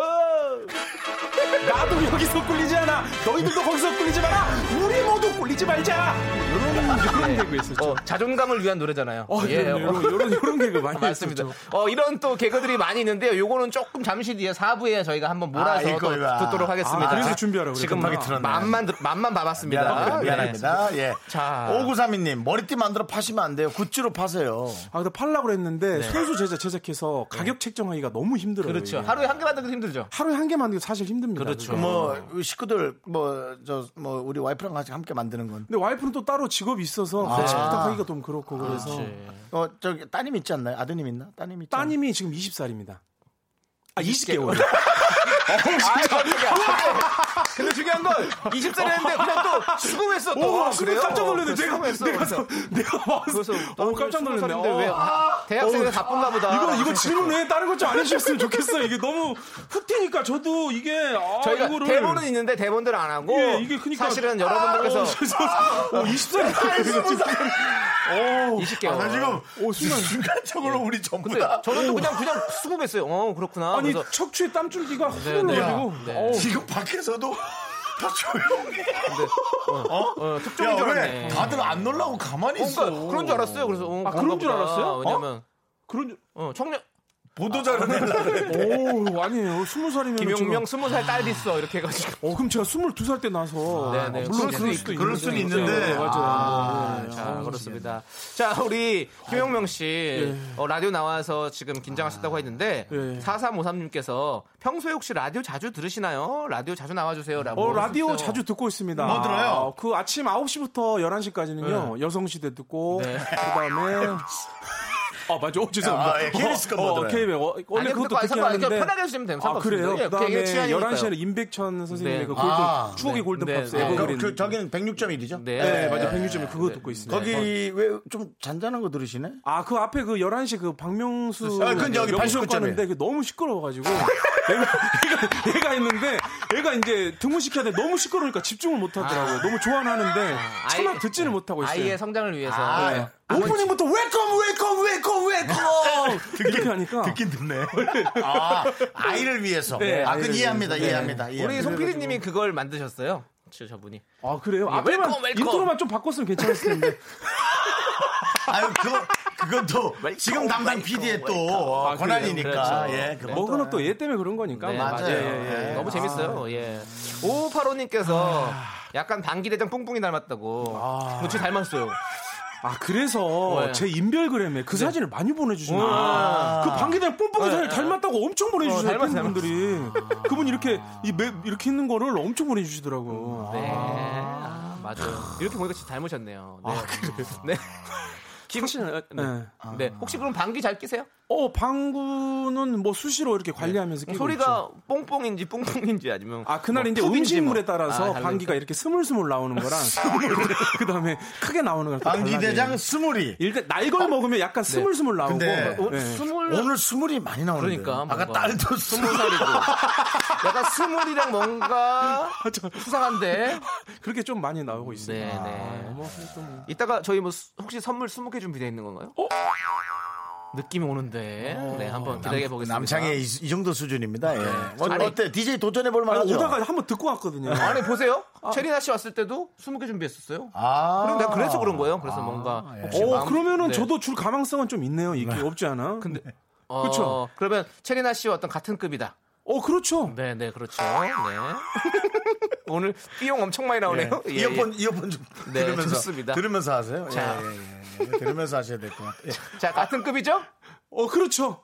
S9: 나도 여기서 꿀리지 않아. 너희들도 거기서 꿀리지 마라. 우리 모두 꿀리지 말자. 이런 이런 개그 했었죠.
S2: 어, 자존감을 위한 노래잖아요.
S9: 어,
S2: 예.
S9: 이런 이런 이런 이런 개그 많이
S2: 맞습니다.
S9: 했었죠.
S2: 어, 이런 또 개그들이 많이 있는데요. 요거는 조금 잠시 뒤에 4부에 저희가 한번 몰아서
S1: 아,
S2: 또
S1: 이거야.
S2: 듣도록 하겠습니다.
S9: 아, 그래서 준비하라고
S2: 지금
S1: 그랬구나.
S2: 막 맛만 들- 맛만 봐봤습니다.
S1: 미안합니다.
S2: 네.
S1: 미안합니다. 예.
S2: 자.
S1: 5932님, 머리띠 만들어 파시면 안 돼요. 굿즈로 파세요.
S9: 아, 근데 팔라 그랬는데 손수 제작 제작해서 가격 책정하기가 너무 힘들어요.
S2: 네. 그렇죠.
S9: 이게.
S2: 하루에 한 개만 듣기 힘들죠.
S9: 하루에 한 개만 해도 사실 힘듭니다.
S2: 그렇죠.
S9: 그게.
S1: 뭐, 식구들, 뭐, 저, 뭐, 우리 와이프랑 같이 함께 만드는 건.
S9: 근데 와이프는 또 따로 직업이 있어서
S2: 아.
S9: 같이 부탁하기가 좀 그렇고 그래서
S1: 어, 저기, 따님 있지 않나요? 아드님 있나? 따님 있지 않나요?
S9: 따님이 지금 20살입니다. 아 20개월. 아,
S2: 근데 중요한 건 20살 했는데 그냥 또 수긍했어. 또.
S9: 오, 순간 아, 깜짝 놀랐네. 내가
S2: 수긍했어.
S9: 내가
S2: 그래서.
S9: 내가 와서
S2: 그래서
S9: 어 깜짝 놀랐네.
S2: 수긍했는데 왜
S9: 어.
S2: 대학생이 바쁜가 보다.
S9: 이거 이거 질문 외에 다른 것 좀 안 해주셨으면 좋겠어요. 이게 너무 훅 튀니까 저도 이게 아,
S2: 저희가
S9: 이거를
S2: 대본은 있는데 대본대로 안 하고
S9: 예, 이게 그러니까 어,
S2: 사실은 여러분들께서 아,
S9: 오 20살이
S2: 20개월.
S9: 아,
S1: 나 지금,
S9: 오 순간
S1: 순간적으로 우리 전부
S2: 근데
S1: 다.
S2: 저는 또 그냥 그냥 수긍했어요. 어 그렇구나.
S9: 아니
S2: 그래서
S9: 척추에 땀줄기가 확
S2: 네, 네.
S9: 흘러가지고
S2: 네.
S9: 어우,
S1: 지금 밖에서도 다 조용해.
S2: 어, 특종인 줄
S1: 야, 왜
S2: 알았네.
S1: 다들 안 놀라고 가만히 있어.
S2: 그러니까 그런 줄 알았어요. 그래서 어,
S9: 아, 그런
S2: 그런가
S9: 줄
S2: 보다.
S9: 알았어요?
S2: 왜냐면
S9: 그런 줄-
S2: 어, 청년 아,
S1: 보도자료
S2: 네.
S1: 내려고.
S9: 오 아니에요. 스무 살이면
S2: 김용명 스무 살 딸 있어 이렇게 해가지고.
S9: 어, 그럼 제가 22살 때 나서. 어,
S2: 네, 네.
S9: 아,
S2: 그럴
S9: 물론 그럴
S2: 수
S9: 수도
S2: 있-
S1: 그럴 수는 있는데.
S9: 네, 맞아요.
S2: 아,
S9: 네.
S2: 자, 그렇습니다. 자, 우리 김용명 씨 어, 라디오 나와서 지금 긴장하셨다고 했는데
S9: 예.
S2: 4353님께서 평소에 혹시 라디오 자주 들으시나요? 라디오 자주 나와주세요라고.
S9: 어, 라디오
S2: 하셨어요.
S9: 자주 듣고 있습니다.
S1: 뭐 들어요?
S9: 아, 그 아침 9시부터 11시까지는요. 여성시대 듣고
S2: 네.
S9: 그다음에 아, 맞아. 어, 죄송합니다.
S1: 아, 예, KBS 건
S9: 어,
S1: 들어요.
S9: KBS. 어, 원래
S2: 뭐 아니,
S9: 그것도
S2: 근데
S9: 듣긴
S2: 상관-
S9: 하는데
S2: 편하게 해주시면 돼요.
S9: 아, 그래요?
S2: 상관없습니다. 예,
S9: 그다음에
S2: 개인 취향이니까요.
S9: 11시에는 임백천 선생님의
S2: 네.
S9: 그 골든
S1: 아,
S9: 추억의 골든
S2: 네,
S9: 팝스
S2: 네.
S9: 에버그린.
S1: 그, 그, 저기는 106.1이죠?
S2: 네,
S9: 네, 맞아요.
S2: 네.
S9: 백유점에 그거
S2: 네.
S9: 듣고 있습니다.
S1: 거기 왜 좀 잔잔한 거 들으시네?
S9: 아, 그 앞에 그 11시 그 박명수.
S1: 아, 그건 저기
S9: 명수
S1: 89.1.
S9: 꺼는데 그 너무 시끄러워가지고. 얘가, 얘가, 얘가 있는데, 얘가 이제 등무시켜야 돼. 너무 시끄러우니까 집중을 못하더라고요. 너무 좋아하는데, 차마
S2: 아이-
S9: 듣지를 못하고 있어요. 네.
S2: 아이의 성장을 위해서.
S9: 예.
S1: 아,
S9: 오프닝부터 웰컴, 웰컴, 웰컴, 웰컴! 이렇게 하니까.
S1: 듣긴 듣네. 아, 아이를 위해서.
S9: 네,
S1: 아,
S9: 아이를
S1: 그 이해합니다.
S9: 위해서.
S1: 이해합니다.
S2: 네. 예, 우리
S1: 이해합니다.
S2: 송 PD님이 그걸 만드셨어요. 저- 저분이.
S9: 아, 그래요?
S2: 예,
S9: 앞에만,
S2: 웰컴, 웰컴.
S9: 인트로만 좀 바꿨으면 괜찮았을 텐데.
S1: 아유, 그거, 그건 또, 지금 담당 PD의 또, 어,
S9: 아, 그래요?
S1: 권한이니까.
S2: 그렇죠.
S1: 예, 그건
S9: 먹은 것도 얘 때문에 그런 거니까.
S2: 네,
S1: 맞아요.
S2: 맞아요.
S1: 예, 예.
S2: 너무 재밌어요.
S9: 아.
S2: 예. 5585님께서 약간 방기대장 뿡뿡이 닮았다고. 아. 그 닮았어요.
S9: 아, 그래서
S2: 네. 네.
S9: 제 인별그램에 그 사진을 많이 보내주시나. 그 방귀대랑 뽐뿌기 사진 닮았다고 엄청 보내주시는
S2: 닮았어,
S9: 팬분들이. 그분 이렇게, 이 매- 이렇게 있는 거를 엄청 보내주시더라고요.
S2: 네. 아, 맞아요. 이렇게 보니까 진짜 닮으셨네요. 네. 네. 김, 네.
S9: 아, 네.
S2: 네. 혹시 그럼 방귀 잘 끼세요?
S9: 어, 방구는 뭐 수시로 이렇게 관리하면서 끼고 있죠.
S2: 소리가 뽕뽕인지 뿡뿡인지 아니면
S9: 아 그날
S2: 뭐
S9: 이제
S2: 푹인지
S9: 음식물에
S2: 뭐.
S9: 따라서
S2: 아, 다른-
S9: 방귀가 이렇게 스물스물 나오는 거랑 그 다음에 크게 나오는 거랑 또
S1: 그 방기대장
S9: 달라져요.
S1: 스물이.
S9: 일단
S2: 아,
S9: 날걸 먹으면 약간
S2: 네.
S9: 스물스물 나오고
S1: 근데
S2: 어,
S9: 네.
S2: 스물
S1: 오늘 스물이 많이 나오는데.
S2: 그러니까
S1: 아까
S2: 뭔가
S1: 딸도
S2: 스무
S1: 스물.
S2: 살이고 약간 스물이랑 뭔가 수상한데
S9: 그렇게 좀 많이 나오고 있습니다.
S2: 네, 네.
S9: 아, 뭐 좀-
S2: 이따가 저희 뭐 수- 혹시 선물 20개 준비되어 있는 건가요? 느낌이 오는데
S9: 어,
S2: 네 한번 기다려 보겠습니다. 네.
S1: 남창의 이, 이 정도 수준입니다. 예. 어,
S2: 아니.
S1: 어때? DJ 도전해 볼
S9: 아니,
S1: 만하죠?
S9: 오다가 한번 듣고 왔거든요.
S2: 아니 보세요 체리나 씨 왔을 때도 20개 준비했었어요.
S1: 아.
S2: 그럼 내가 그래서 그런 거예요. 그래서 뭔가 혹시
S9: 아, 오
S2: 마음-
S9: 어, 그러면은
S2: 네.
S9: 저도 줄 가망성은 좀 있네요. 이게 없지 않아? 근데
S2: 어,
S9: 그쵸.
S2: 그러면 체리나 씨와 어떤 같은 급이다.
S9: 어 그렇죠.
S2: 네, 네, 그렇죠. 네. 오늘 삐용 엄청 많이 나오네요. 예,
S1: 이어폰, 이어폰 좀
S2: 네,
S1: 들으면서.
S2: 좋습니다.
S1: 들으면서 하세요.
S2: 자.
S1: 예, 예, 예, 예. 들으면서 하셔야 될 것 같아요.
S2: 예. 자 같은 급이죠?
S9: 어 그렇죠.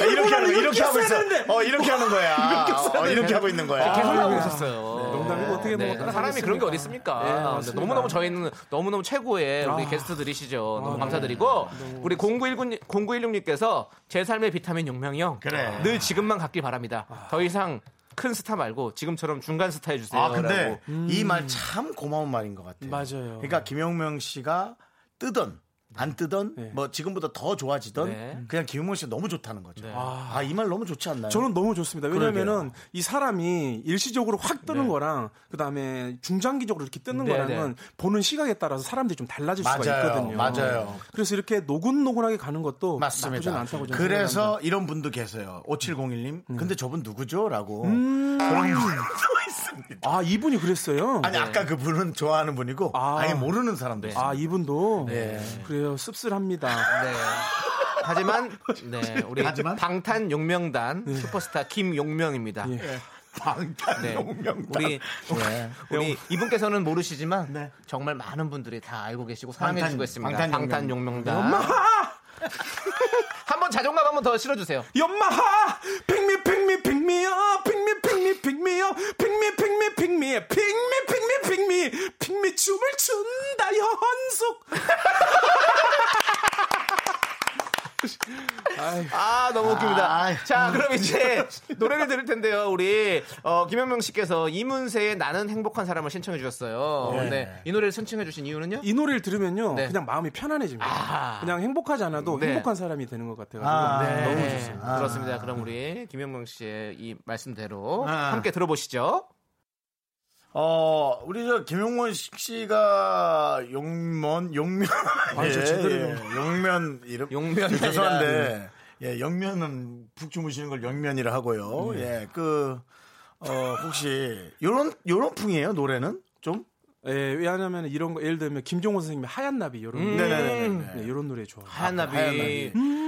S1: 아, 이렇게 하는
S9: 이거
S1: 이렇게 하고 있어.
S9: 써야 되는데.
S1: 어 이렇게 하는 거야. 어, 이렇게 하고 있는 거야.
S2: 계속 하고 있었어요.
S9: 아, 네. 농담이고 어떻게
S2: 네,
S9: 넘어가나
S2: 사람이 그런 게 어디 있습니까?
S9: 네,
S2: 근데
S9: 맞습니다. 아.
S2: 너무너무 저희는 너무너무 최고의 우리 게스트들이시죠. 너무
S9: 네.
S2: 감사드리고 우리 0919 0916님께서 제 삶의 비타민 용명이 형.
S1: 그래.
S2: 늘 지금만 갖길 바랍니다.
S9: 아.
S2: 더 이상 큰 스타 말고 지금처럼 중간 스타 해주세요.
S1: 아 근데
S2: 라고.
S1: 이 말 참 고마운 말인 것 같아요.
S9: 음. 맞아요.
S1: 그러니까 김용명 씨가 뜨던 안 뜨던
S9: 네.
S1: 뭐 지금보다 더 좋아지던
S2: 네.
S1: 그냥 김용명 씨가 너무 좋다는 거죠. 아 이 말 너무 좋지 않나요?
S9: 네. 저는 너무 좋습니다. 왜냐면은
S1: 네. 그러게요. 네.
S9: 이 사람이 일시적으로 확 뜨는 거랑 그다음에 중장기적으로 이렇게 뜨는
S2: 네,
S9: 거랑은 보는 시각에 따라서 사람들이 좀 달라질 수가
S1: 맞아요.
S9: 있거든요.
S1: 맞아요.
S9: 그래서 이렇게 노곤노곤하게 가는 것도 나쁘진
S1: 맞습니다.
S9: 않다고 저는
S1: 그래서
S9: 생각합니다. 음.
S1: 이런 분도 계세요. 5701님. 근데 저분 누구죠? 라고. 그런 분도 있습니다.
S9: 아 이분이 그랬어요.
S1: 아니, 아까 그분은 좋아하는 분이고,
S9: 네. 아.
S1: 아. 예 모르는 사람도 있어요.
S9: 아 이분도
S1: 네. 아.
S9: 그래요 씁쓸합니다.
S2: 네. 하지만 네, 우리
S1: 하지만?
S2: 방탄 용명단 슈퍼스타 김용명입니다.
S1: 예. 방탄
S2: 네.
S1: 용명단.
S2: 우리
S1: 네.
S2: 우리 이분께서는 모르시지만
S1: 네.
S2: 정말 많은 분들이 다 알고 계시고
S1: 방탄-
S2: 사랑해주고 있습니다.
S1: 방탄 용명. 네,
S2: 방탄 용명단. 한번 자존감 한번 더 실어주세요.
S9: 연마하 핑미 핑미 핑미야 핑미 핑미 핑미야 핑미 핑미 핑미 핑미 핑미 핑미 핑미 춤을 춘다 현숙
S2: 아 너무 웃깁니다.
S1: 아.
S2: 자 그럼 이제 노래를 들을 텐데요. 우리 어, 김현명 씨께서 이문세의 나는 행복한 사람을 신청해 주셨어요.
S1: 네.
S2: 네. 이 노래를 신청해 주신 이유는요?
S9: 이 노래를 들으면요
S2: 네.
S9: 그냥 마음이 편안해집니다.
S2: 아.
S9: 그냥 행복하지 않아도
S2: 네.
S9: 행복한 사람이 되는 것 같아가지고
S1: 아,
S9: 너무
S2: 네.
S9: 좋습니다.
S2: 그렇습니다. 그럼 우리 김현명 씨의 이 말씀대로
S1: 아.
S2: 함께 들어보시죠.
S1: 어, 우리 저 김용원 씨가 용면, 용면.
S9: 아, 저 제대로 된-
S1: 용면 이름?
S2: 용면이 아니라- 네.
S1: 죄송한데, 예, 영면은 북 주무시는 걸 영면이라 하고요. 예, 그, 어, 혹시, 요런, 요런 풍이에요, 노래는? 좀?
S9: 예, 왜냐하면 이런 거 예를 들면 김종호 선생님의 하얀 나비 이런
S1: 네네네네.
S9: 네, 이런 노래 좋아.
S2: 하얀 나비.
S1: 하얀 나비.
S9: 음,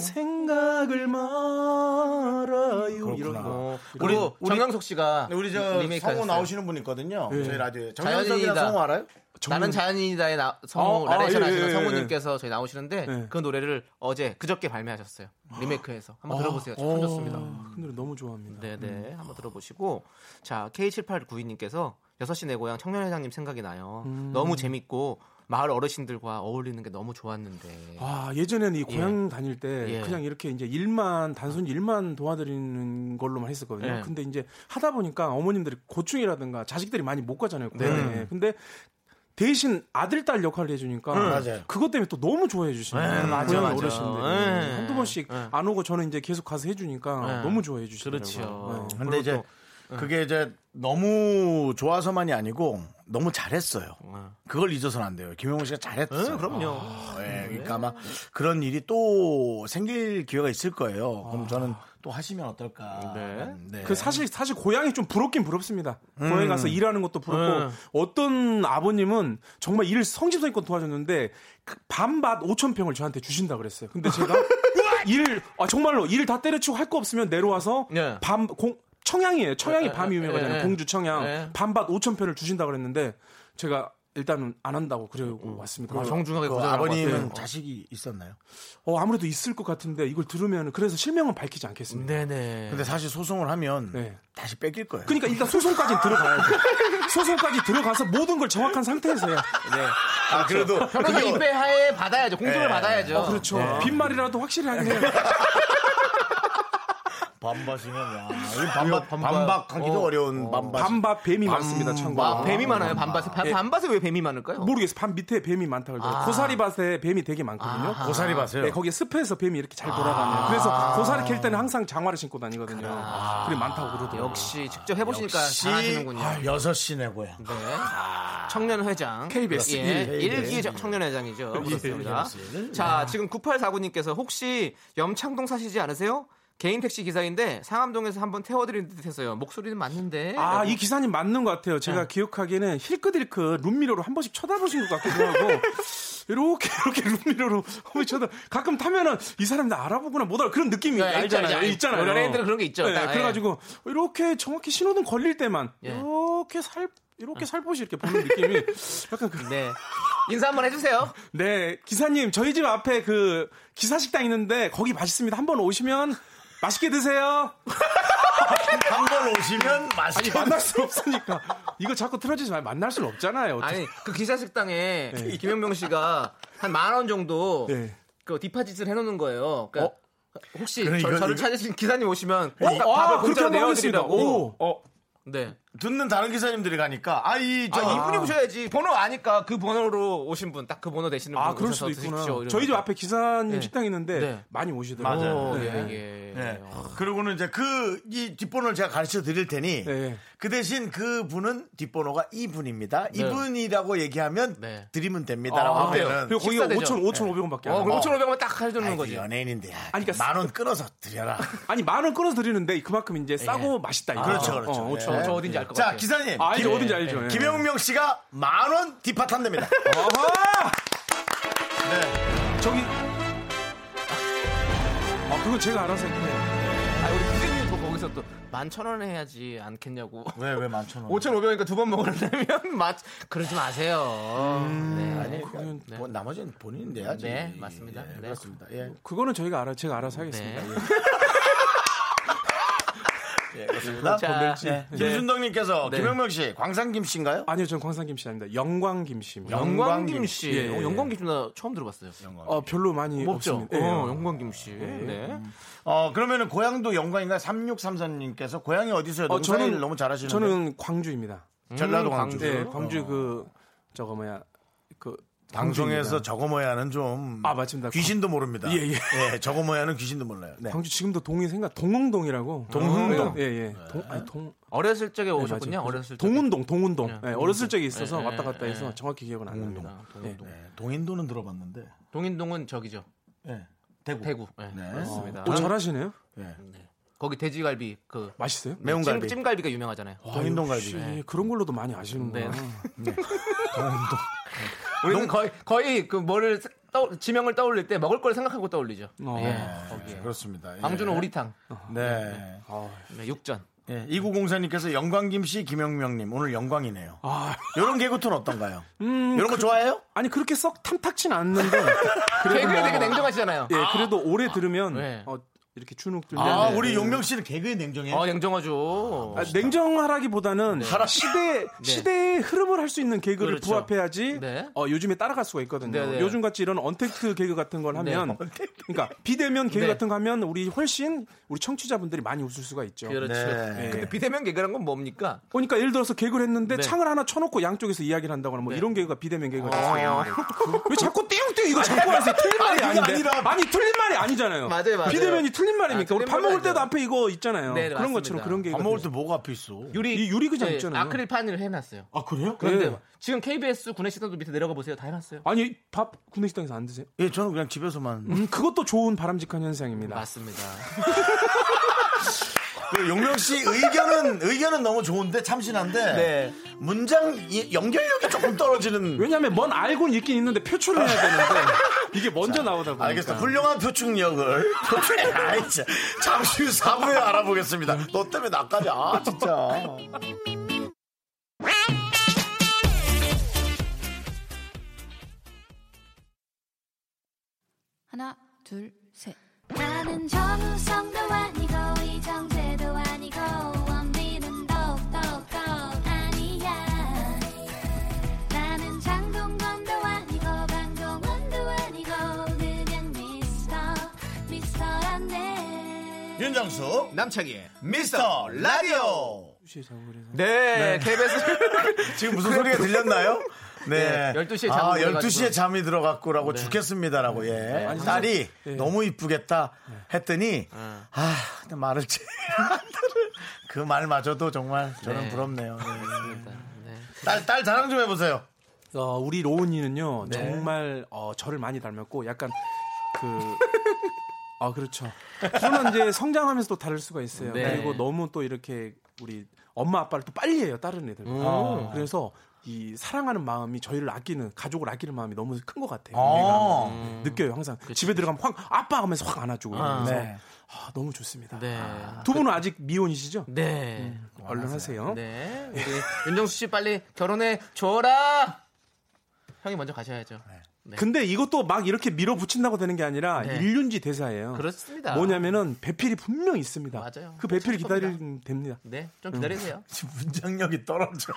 S9: 생각을 말아요 이런 거.
S2: 어, 그리고
S1: 우리- 네,
S2: 정영석 씨가
S1: 우리 저
S2: 리메이크하셨어요.
S1: 성우 나오시는 분 있거든요.
S9: 예.
S1: 저희 라디오에.
S2: 자연인이다.
S1: 정현석이랑 성우 알아요?
S2: 나는 자연인이다의 나, 성우
S9: 아, 아,
S2: 라레이션
S9: 예,
S2: 하시는
S9: 예,
S2: 성우님께서 저희 나오시는데
S9: 예.
S2: 그 노래를 어제 그저께 발매하셨어요 리메이크해서 한번 들어보세요 참
S9: 어,
S2: 좋습니다
S9: 그 노래 너무 좋아합니다.
S2: 네네 한번 들어보시고 자 K7892님께서 6시 내 고향 청년회장님 생각이 나요 너무 재밌고 마을 어르신들과 어울리는 게 너무 좋았는데
S9: 아, 예전에는 이 고향 다닐 때
S2: 예. 아.
S9: 그냥 이렇게 이제 일만 단순 일만 도와드리는 걸로만 했었거든요.
S2: 예.
S9: 근데 이제 하다 보니까 어머님들이 고충이라든가 자식들이 많이 못 가잖아요.
S2: 네.
S9: 고향에.
S2: 음.
S9: 근데 대신 아들 딸 역할을 해주니까
S1: 맞아요.
S9: 그것 때문에 또 너무 좋아해 주시는 거예요.
S2: 맞아,
S9: 고향
S2: 맞아.
S9: 어르신들이
S2: 예.
S9: 한두 번씩
S2: 예.
S9: 안 오고 저는 이제 계속 가서 해주니까
S2: 예.
S9: 너무 좋아해 주시더라고요.
S2: 그렇죠
S9: 예.
S1: 근데 이제 그게 이제 너무 좋아서만이 아니고 너무 잘했어요. 그걸 잊어서는 안 돼요. 김용호 씨가 잘했어요.
S2: 응, 그럼요.
S1: 아, 예, 그러니까 아마 그런 일이 또 생길 기회가 있을 거예요. 그럼 저는 또 하시면 어떨까.
S2: 네.
S9: 그 사실 사실 고향이 좀 부럽긴 부럽습니다. 고향에 가서 일하는 것도 부럽고
S2: 음.
S9: 어떤 아버님은 정말 일을 성심성의껏 도와줬는데 그 반밭 5천 평을 저한테 주신다 그랬어요. 근데 제가 일을 아, 정말로 일 다 때려치고 할 거 없으면 내려와서
S2: 예.
S9: 밤공 청양이에요. 청양이 밤이 유명하잖아요.
S2: 예.
S9: 공주 청양
S2: 예.
S9: 반밭 5천 평을 주신다 그랬는데 제가 일단은 안 한다고 그러고 왔습니다.
S2: 아, 정중하게
S1: 그
S2: 고생하고
S1: 아버님은
S2: 왔어요.
S1: 자식이 있었나요?
S9: 어, 아무래도 있을 것 같은데 이걸 들으면 그래서 실명은 밝히지 않겠습니다.
S2: 네네
S1: 근데 사실 소송을 하면
S9: 네.
S1: 다시 뺏길 거예요.
S9: 그러니까 일단 소송까지 들어가야 돼. 소송까지 들어가서 모든 걸 정확한 상태에서야.
S1: 아, 그래도
S2: 변호사 입회 하에 받아야죠 공증을
S1: 예.
S2: 받아야죠
S9: 그렇죠. 빈말이라도 확실히 하긴 해요.
S1: 반박이면 야, 이거 반박,
S2: 반박.
S1: 반박하기도
S2: 어.
S1: 어, 려운 반박.
S9: 반밭 뱀이
S1: 밤-
S9: 많습니다. 참고.
S1: 밤-
S2: 뱀이
S1: 아,
S2: 많아요 반밭에 반-
S9: 예.
S2: 반밭에 왜 뱀이 많을까요?
S9: 모르겠어. 밤 밑에 뱀이 많다 그러더라고.
S2: 아.
S9: 고사리밭에 뱀이 되게 많거든요.
S2: 아하.
S1: 고사리 봐세요.
S9: 네, 거기에 숲에서 뱀이 이렇게 잘 돌아다녀요. 그래서 고사리 캘 때는 항상 장화를 신고 다니거든요. 그래 많다고 그러더라고요.
S2: 네, 역시 직접 해보시니까
S1: 역시
S2: 잘하시는군요.
S1: 아, 여섯 시내 고향.
S2: 네. 청년회장.
S9: KBS.
S2: 예.
S1: 예,
S2: 일기
S1: 예.
S2: 청년회장이죠. 그렇습니다.
S1: KBS.
S2: 자, 지금 9849님께서 혹시 염창동 사시지 않으세요? 개인 택시 기사인데 상암동에서 한번 태워드린 듯 해서요. 목소리는 맞는데.
S9: 아,
S2: 라고. 네.
S9: 이 기사님 맞는 것 같아요. 제가 기억하기에는 힐끗힐끗 룸미러로 한 번씩 쳐다보신 것 같기도 하고, 이렇게, 이렇게 룸미러로 한번 쳐다, 가끔 타면은 이 사람 나 알아보구나, 못 알아. 그런 느낌이
S2: 예, 알죠,
S9: 알잖아요.
S2: 알죠.
S9: 있잖아요.
S2: 연예인들은 그런 게 있죠.
S9: 예,
S2: 딱, 예.
S9: 그래가지고, 이렇게 정확히 신호등 걸릴 때만,
S2: 예.
S9: 이렇게 살, 이렇게 살포시 이렇게 보는 느낌이 약간 그,
S2: 네. 인사 한번 해주세요.
S9: 네, 기사님 저희 집 앞에 그 기사 식당 있는데 거기 맛있습니다. 한번 오시면 맛있게 드세요.
S1: 한번 오시면 맛있게
S9: 아니, 만날 수 없으니까 이거 자꾸 틀어주지 말 만날 수는 없잖아요.
S2: 아니 그 기사 식당에 그 김현명 씨가 한 만 원 정도
S9: 네.
S2: 그 디파짓을 해놓는 거예요. 그러니까 혹시
S1: 그래,
S2: 저,
S1: 이거-
S2: 를
S1: 이거-
S2: 찾으신 기사님 오시면
S9: 그러니까 어?
S2: 딱
S9: 아,
S2: 밥을
S9: 그렇게
S2: 공짜로
S9: 한번 하겠습니다.
S2: 내어드리라고.
S9: 오. 어.
S2: 네.
S1: 듣는 다른 기사님들이 가니까 아이
S2: 아,
S1: 저
S2: 이분이 오셔야지. 번호 아니까 그 번호로 오신 분, 딱 그 번호 되시는 분.
S9: 아, 그럴 수도
S2: 오셔서
S9: 있구나.
S2: 드십시오.
S9: 저희 집
S2: 이러면서.
S9: 앞에 기사님
S2: 네.
S9: 식당 있는데
S2: 네.
S9: 많이 오시더라고요.
S1: 맞아요.
S2: 오,
S1: 네.
S2: 예, 예.
S1: 네.
S2: 어.
S1: 그리고는 이제 그 이 뒷번호를 제가 가르쳐 드릴 테니
S9: 네.
S1: 그 대신 그 분은 뒷번호가 이분입니다.
S2: 네.
S1: 이분이라고 얘기하면
S2: 네.
S1: 드리면
S2: 아,
S1: 됩니다라고
S2: 그래요?
S1: 하면은
S9: 그리고 거기
S2: 식사대죠.
S9: 5천 5,500원밖에 안
S2: 어, 그럼
S9: 해요.
S2: 5,500원 딱 해주는
S1: 아이,
S2: 거지.
S1: 연예인인데
S9: 아니, 그러니까
S1: 만 원 끊어서 드려라.
S9: 아니 만 원 끌어서 드리는데 그만큼 이제
S2: 네.
S9: 싸고 맛있다.
S2: 아,
S9: 이거.
S1: 그렇죠, 그렇죠.
S9: 어, 오천.
S1: 예.
S2: 저 어딘지 알것
S1: 자
S2: 같아요.
S1: 기사님
S9: 아,
S1: 김,
S9: 이제 어딘지 알죠. 예.
S1: 김영명 씨가 만 원 뒷파탄됩니다.
S9: 아하!
S1: 네.
S9: 저기 아 그거 제가 알아서 할게요.
S2: 아, 우리 피디님 또 거기서 또 11,000원 해야지 않겠냐고.
S9: 음.
S1: 왜왜 만천 원?
S2: 5,500원이니까 두 번 먹으려면 맛 그러지 마세요.
S9: 음.
S2: 네.
S1: 아니
S2: 네,
S1: 그건
S2: 네.
S1: 뭐 나머지는 본인 내야지.
S2: 네, 맞습니다.
S1: 예,
S2: 네.
S1: 그렇습니다. 예.
S9: 그거는 저희가 알아 제가 알아서 하겠습니다.
S1: 예, 그렇습니다.
S2: 자,
S1: 본명씨.
S2: 네.
S1: 김순덕님께서
S2: 네.
S1: 김영명 씨, 광산 김씨인가요?
S9: 아니요, 전 광산 김씨 아닙니다. 영광 김씨입니다.
S1: 영-
S2: 영광김 씨.
S9: 예, 예.
S2: 어, 영광김 씨나 처음 들어봤어요.
S9: 어 별로 많이
S2: 없죠?
S9: 없습니다. 예.
S2: 어, 영광김 씨. 네.
S1: 어, 그러면은 고향도 영광인가? 3633님께서 고향이 어디서요?
S9: 어,
S1: 농사일 너무 잘하시는데. 어.
S9: 저는 광주입니다.
S1: 전라도
S2: 음,
S1: 광주.
S2: 광주.
S9: 네, 광주 그 저거 뭐야 그
S1: 방송에서
S9: 광주입니다.
S1: 저거 뭐야는 좀.
S9: 아, 맞습니다.
S1: 음. 귀신도 모릅니다.
S9: 예, 예.
S1: 저거 뭐야는 귀신도 몰라요. 네.
S9: 광주 지금도 동이 생각 동흥동이라고
S1: 동흥동. 네.
S9: 예, 예. 동 아니 동
S2: 어렸을 적에 네.
S9: 네,
S2: 오셨군요.
S9: 맞아요.
S2: 어렸을 적
S9: 동운동, 동운동. 예, 어렸을 적에
S2: 예,
S9: 있어서
S2: 예,
S9: 왔다 갔다
S2: 예,
S9: 해서
S2: 예.
S9: 정확히 기억은 안 납니다.
S2: 아, 동인동. 네.
S1: 네, 동인도는 들어봤는데.
S2: 동인동은 저기죠.
S1: 예. 대구.
S2: 대구. 네,
S1: 네.
S2: 그렇습니다.
S9: 또 어, 잘하시네요.
S1: 예.
S2: 거기 돼지갈비 그
S9: 맛있어요?
S1: 매운 갈비.
S2: 찜, 갈비가 유명하잖아요.
S1: 동인동
S9: 역시
S1: 네, 갈비.
S9: 그런 걸로도 많이 아시는구나.
S2: 네. 우리는 거의 거의 그 뭐를 떠, 지명을 떠올릴 때 먹을 걸 생각하고 떠올리죠.
S9: 어.
S2: 예.
S1: 예, 그렇습니다. 예.
S2: 광주는 오리탕,
S1: 네.
S2: 네, 육전.
S1: 예, 2904님께서 영광김 씨, 김영명님. 오늘 영광이네요.
S9: 아,
S1: 이런 개그톤 어떤가요?
S9: 음,
S1: 이런 거 좋아해요?
S9: 아니 그렇게 썩 탐탁진 않는데 그래도
S2: 개그에
S9: 뭐-
S2: 되게 냉정하시잖아요.
S9: 예, 그래도 오래 들으면
S2: 네.
S9: 어, 이렇게 주눅 들면
S1: 아,
S9: 네.
S1: 우리 용명 씨는 개그에 냉정해요.
S2: 어, 냉정하죠.
S9: 아, 냉정하라기보다는 시대 시대의 흐름을 할 수 있는 개그를
S2: 그렇죠.
S9: 부합해야지
S2: 네.
S9: 어, 요즘에 따라갈 수가 있거든요.
S2: 네, 네.
S9: 요즘 같이 이런 언택트 개그 같은 걸 하면 그러니까 비대면 개그
S2: 네.
S9: 같은 거 하면 우리 훨씬 우리 청취자분들이 많이 웃을 수가 있죠.
S2: 그렇죠.
S1: 네.
S2: 근데 비대면 개그란 건 뭡니까?
S9: 그러니까 예를 들어서 개그를 했는데
S2: 네.
S9: 창을 하나 쳐놓고 양쪽에서 이야기를 한다거나 뭐
S2: 네.
S9: 이런 개그가 비대면 개그가 됐어요. 왜 자꾸 띄웅띄웅 이거 자꾸 하세요? 틀린 말이
S1: 아니, 그게
S9: 아닌데.
S1: 아니라.
S9: 아니 틀린 말이 아니잖아요.
S2: 맞아요, 맞아요.
S9: 비대면이 틀린 말입니까?
S2: 아, 틀린
S9: 우리 밥
S2: 말이
S9: 먹을
S2: 아니죠.
S9: 때도 앞에 이거 있잖아요.
S2: 네, 네,
S9: 그런 것처럼
S2: 맞습니다.
S9: 그런 개그.
S1: 예. 밥 먹을 때 뭐가 앞에 있어?
S2: 유리
S9: 이 유리그장
S2: 네,
S9: 있잖아요.
S2: 아크릴판을 해놨어요.
S1: 아, 그래요?
S2: 그런데
S9: 네.
S2: 지금 KBS 구내식당도 밑에 내려가 보세요. 다 해놨어요.
S9: 아니 밥 구내식당에서 안 드세요?
S1: 예, 저는 그냥 집에서만.
S9: 음, 그것도 좋은 바람직한
S2: 아.
S9: 현상입니다.
S2: 맞습니다.
S1: 그 용명 씨 의견은, 의견은 너무 좋은데, 참신한데. 문장 이- 연결력이 조금 떨어지는.
S9: 네. 왜냐하면 뭔 알고는 있긴 있는데 표출을 해야 되는데 이게 먼저 나오다 보니까.
S1: 알겠어. 훌륭한 표충력을. 아이, 진짜. 잠시 후 4부에 알아보겠습니다. 너 때문에 나까지. 아, 진짜.
S5: 하나, 둘, 셋. 나는 정우성도 아니고 이정재도 아니고 원빈은 더욱더 아니야 나는 장동건도 아니고 강동원도 아니고 그냥 미스터 미스터란데
S1: 윤정수,
S2: 남창희의
S1: 미스터 라디오.
S9: 수시에 작업을 해서.
S2: 네, KBS
S1: 지금 무슨 소리가 들렸나요? 네.
S2: 네, 12시에 잠이
S1: 아,
S2: 들어가지고. 네.
S1: 12시에 잠이 들어갔고라고 죽겠습니다라고, 예. 딸이 너무 이쁘겠다
S2: 네.
S1: 했더니, 아, 근데 말을 제. 그 말마저도 정말 저는
S2: 네.
S1: 부럽네요. 네.
S2: 네.
S1: 딸, 딸 자랑 좀 해보세요.
S9: 어, 우리 로운이는요 정말 어, 저를 많이 닮았고 약간 그. 아 그렇죠. 저는 이제 성장하면서 또 다를 수가 있어요.
S2: 네.
S9: 그리고 너무 또 이렇게 우리 엄마 아빠를 또 빨리 해요 다른 애들. 아, 그래서 이 사랑하는 마음이 저희를 아끼는 가족을 아끼는 마음이 너무 큰 것 같아요.
S1: 아.
S9: 내가 느껴요 항상 집에 들어가면 확 아빠 하면서 확 안아주고 그래서
S1: 네.
S9: 아, 너무 좋습니다.
S2: 네.
S9: 두 분은 아직 미혼이시죠?
S2: 네.
S9: 얼른 하세요.
S2: 네. 우리 윤정수 씨 빨리 결혼해 줘라. 형이 먼저 가셔야죠. 네.
S9: 근데 이것도 막 이렇게 밀어붙인다고 되는 게 아니라
S2: 네.
S9: 일륜지 대사예요.
S2: 그렇습니다.
S9: 뭐냐면은 배필이 분명 있습니다.
S2: 맞아요.
S9: 그 배필
S2: 찾을 겁니다.
S9: 기다리면 됩니다.
S2: 네, 좀 기다리세요.
S1: 문장력이 떨어져.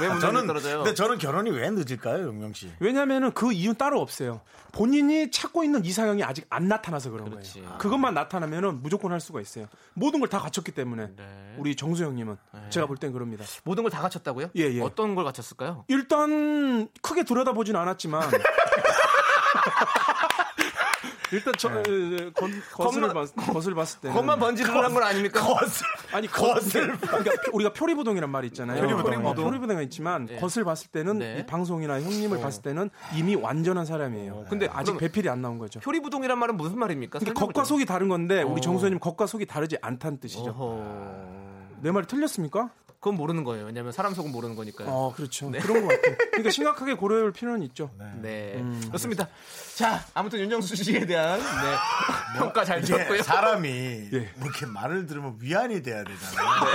S2: 왜
S1: 아,
S2: 문장이
S1: 저는
S2: 떨어져요?
S1: 근데 저는 결혼이 왜 늦을까요, 용명 씨?
S9: 왜냐면은 그 이유는 따로 없어요. 본인이 찾고 있는 이상형이 아직 안 나타나서 그런
S2: 그렇지. 아.
S9: 거예요. 그것만 나타나면은 무조건 할 수가 있어요. 모든 걸 다 갖췄기 때문에
S2: 네.
S9: 우리 정수영님은 제가 볼 땐 그럽니다.
S2: 모든 걸 다 갖췄다고요?
S9: 예, 예.
S2: 어떤 걸 갖췄을까요?
S9: 일단 크게 들여다보진 않았지만 일단 저
S2: 네.
S9: 에, 건, 겉을
S2: 겉만-
S9: 봤, 겉을 아- 봤을 때는
S2: 겉만 번지르르 한건 아닙니까?
S9: 아니 겉을 그러니까 표- 우리가 표리부동이란 말 있잖아요.
S2: 표리부동.
S9: 어, 표리부동이 있지만 겉을 봤을 때는
S2: 네.
S9: 이 방송이나 형님을
S2: 어.
S9: 봤을 때는 이미 완전한 사람이에요. 근데 아직 배필이 안 나온 거죠.
S2: 네. 표리부동이란 어. 말은 무슨 말입니까?
S9: 그러니까 겉과 속이 다른 건데 우리 정수현님 겉과 속이 다르지 않다는 뜻이죠.
S2: 어.
S9: 내 말이 틀렸습니까?
S2: 그건 모르는 거예요. 왜냐면 사람 속은 모르는 거니까요.
S9: 어 그렇죠. 그런 것 같아요. 그러니까 심각하게 고려할 필요는 있죠.
S2: 네. 그렇습니다. 자, 아무튼 윤정수 씨에 대한 네, 평가 잘
S1: 이게
S2: 들었고요.
S1: 네, 사람이 뭐
S9: 예.
S1: 이렇게 말을 들으면 위안이 돼야 되잖아요.
S2: 네.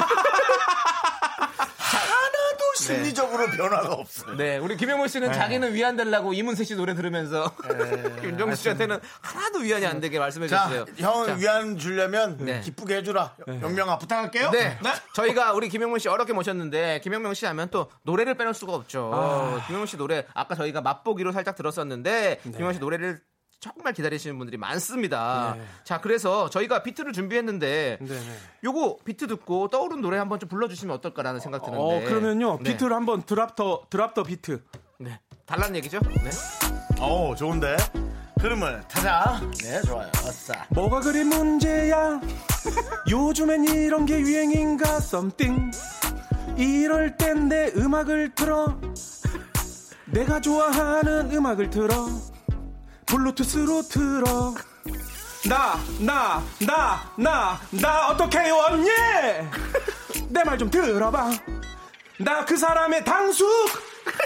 S1: 하나도 심리적으로 변화가 없어요.
S2: 네, 우리 김영호 씨는 자기는 위안 달라고 이문세 씨 노래 들으면서 윤정수 씨한테는 하나도 위안이 안 되게 말씀해
S1: 자,
S2: 주셨어요.
S1: 형
S2: 자,
S1: 위안 주려면
S2: 네.
S1: 기쁘게 해주라. 용명아 부탁할게요.
S2: 네. 저희가 우리 김영문 씨 어렵게 모셨는데 김영명 씨 하면 또 노래를 빼놓을 수가 없죠. 김영문 씨 노래 아까 저희가 맛보기로 살짝 들었었는데 김영문 씨 노래를 정말 기다리시는 분들이 많습니다. 자, 그래서 저희가 비트를 준비했는데
S9: 네.
S2: 요거 비트 듣고 떠오른 노래 한번 좀 불러주시면 어떨까라는 생각 드는데.
S9: 어 그러면요
S2: 네.
S9: 비트를 한번 드랍 더 드랍 더 비트.
S2: 네. 달란 얘기죠? 네.
S1: 어 좋은데. 흐름을 타자. 네, 좋아요. 아싸.
S9: 뭐가 그리 문제야 요즘엔 이런 게 유행인가 썸띵 이럴 땐 내 음악을 틀어 내가 좋아하는 음악을 틀어 블루투스로 틀어 나 나 나 나 나 어떻게 언니 내 말 좀 들어봐 나 그 사람의 당숙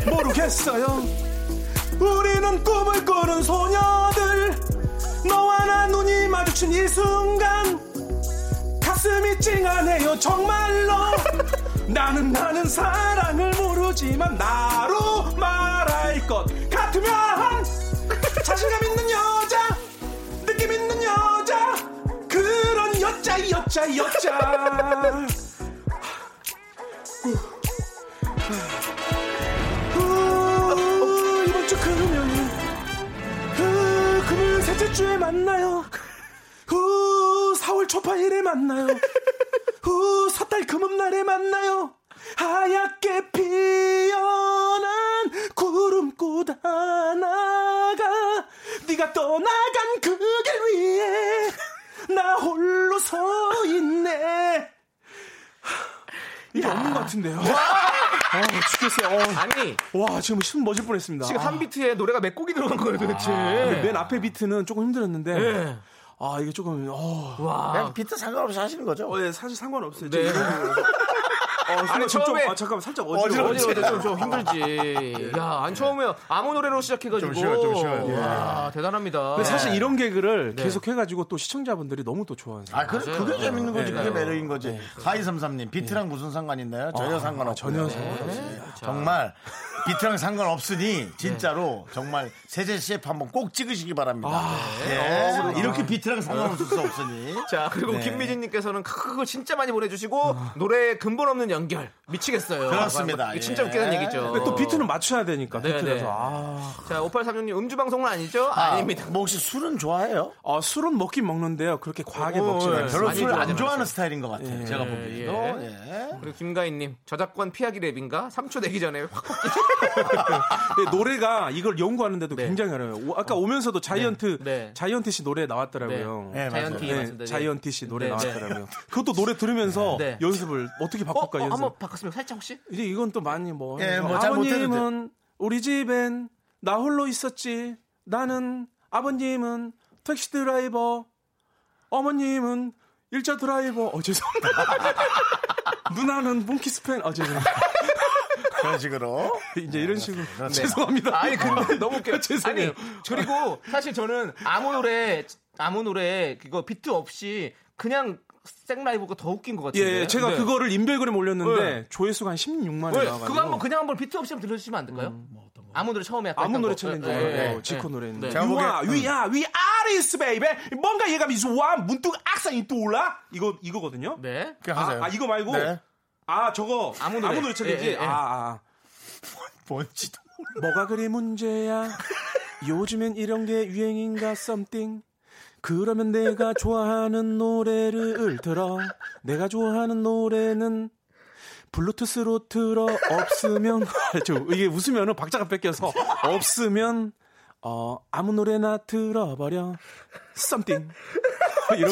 S9: 모르겠어요 우리는 꿈을 꾸는 소녀들 너와 나 눈이 마주친 이 순간 가슴이 찡하네요 정말로 나는 나는 사랑을 모르지만 나로 말할 것 같으면 자신감 있는 여자 느낌 있는 여자 그런 여자 여자 여자 후, 이번 주 금요일 후, 금요일 셋째 주에 만나요 후 4월 초파일에 만나요 후 사달 금음날에 만나요 하얗게 피어난 구름꽃 하나가 네가 떠나간 그 길 위에 나 홀로 서 있네 이게 없는 것 같은데요 아 죽겠어요 어우.
S2: 아니,
S9: 와 지금 숨 멎을 뻔했습니다.
S2: 지금
S9: 아,
S2: 한 비트에 노래가 몇 곡이 들어간 거예요, 도대체.
S9: 근데 맨 앞에 비트는 조금 힘들었는데
S2: 네.
S9: 아 이게 조금 어,
S1: 그냥 비트 상관없이 하시는 거죠.
S9: 어, 예, 사실 상관없어요.
S2: 네.
S9: 지금 이런 거. 어, 순간 좀-
S2: 처음에-
S9: 아, 잠깐만 살짝
S2: 어지러워,
S9: 어지러워.
S2: 어지러워, 좀, 좀
S9: 네.
S2: 힘들지. 야, 안 처음에 아무 노래로 시작해가지고.
S1: 좀
S2: 네.
S1: 쉬어요, 좀 쉬어요.
S2: 와, 대단합니다.
S9: 네. 근데 사실 이런 개그를
S2: 네.
S9: 계속 해가지고 또 시청자분들이 너무 또 좋아하세요.
S1: 아, 그, 그게 재밌는 거지.
S9: 네.
S1: 그게 매력인 거지. 4233님, 비트랑 무슨 상관 있나요? 네. 아, 전혀 상관없어요.
S9: 전혀
S1: 상관없습니다. 정말, 비트랑 상관없으니, 진짜로,
S2: 네.
S1: 정말, 세제 CF 한번 꼭 찍으시기 바랍니다.
S2: 아, 네. 어,
S1: 예. 이렇게 비트랑 상관없을 수 없으니.
S2: 자, 그리고
S1: 네.
S2: 김미진님께서는 그거 진짜 많이 보내주시고,
S9: 아.
S2: 노래 근본 없는 연결. 미치겠어요. 아,
S1: 그렇습니다.
S2: 이 진짜
S1: 예.
S2: 웃기는 얘기죠.
S9: 근데 또 비트는 맞춰야 되니까
S2: 어. 네,
S9: 비트라서
S2: 네.
S9: 아,
S2: 자, 5836님 음주방송은 아니죠?
S1: 아,
S2: 아, 닙니다
S1: 뭐 혹시 술은 좋아해요?
S9: 아, 술은 먹긴 먹는데요. 그렇게 과하게
S2: 오,
S9: 먹지
S2: 예.
S9: 않아요.
S1: 별로
S2: 많이
S1: 술을 안
S2: 좋아하지
S1: 좋아하는
S2: 마세요.
S1: 스타일인 것 같아요. 제가 보기에도.
S2: 예.
S1: 예.
S2: 그리고 김가인님, 저작권 피하기 랩인가? 3초 내기 전에 확
S9: 근데 노래가 이걸 연구하는데도 굉장히 어려요. 워 아까 오면서도 자이언트
S2: 네. 네.
S9: 자이언트 씨 노래 나왔더라고요.
S1: 네, 맞아요.
S2: 자이언티
S9: 네,
S2: 맞습니다.
S9: 자이언티 씨 노래
S2: 네, 네.
S9: 나왔더라고요. 그것도 노래 들으면서
S2: 네.
S9: 연습을 어떻게
S2: 어,
S9: 바꿀까
S2: 어,
S9: 연습.
S2: 한번 바꿨으면 살짝 혹시?
S9: 이제 이건 또 많이 뭐.
S1: 예,
S9: 해서
S1: 뭐잘
S9: 아버님은
S1: 못했는데.
S9: 우리 집엔 나 홀로 있었지. 나는 아버님은 택시 드라이버. 어머님은 일자 드라이버. 어 죄송합니다. 누나는 몽키스 팬. 어 죄송합니다.
S1: 그런 식으로. 네,
S9: 이제 이런 식으로 죄송합니다.
S2: 아니 근데 너무 웃겨.
S9: 죄송해요.
S2: 아니 그리고 사실 저는 아무 노래 아무 노래 그거 비트 없이 그냥 생라이브가 더 웃긴 것 같아요.
S9: 예, 제가 그거를 인별그램 올렸는데
S2: 네.
S9: 조회수가 한 16만이
S2: 왜?
S9: 네. 나와가지고 음,
S2: 그거 한번 그냥 한번 비트 없이 한번 들려주시면 안 될까요? 뭐 어떤 아무 노래 처음에 약간
S9: 아무
S2: 했던
S9: 노래
S2: 거.
S9: 챌린지 네. 어,
S2: 예, 예, 예.
S9: 지코 노래인데
S1: 제가
S9: 유아
S1: 보기엔- 음.
S9: 위아 위 아리스 베이베 뭔가 얘가 미소와 문득 악상이 떠올라 이거 이거거든요
S2: 네.
S1: 그냥
S9: 아,
S1: 하세요.
S9: 아, 이거 말고
S1: 네.
S9: 아 저거 아무 노래, 챌린지
S2: 예, 예, 예.
S9: 아, 아.
S1: 뭔지도
S9: 뭐가 그리 문제야 요즘엔 이런 게 유행인가 썸띵 그러면 내가 좋아하는 노래를 들어 내가 좋아하는 노래는 블루투스로 틀어 없으면 저 이게 웃으면은 박자가 뺏겨서 없으면 어 아무 노래나 들어버려 썸띵 이렇게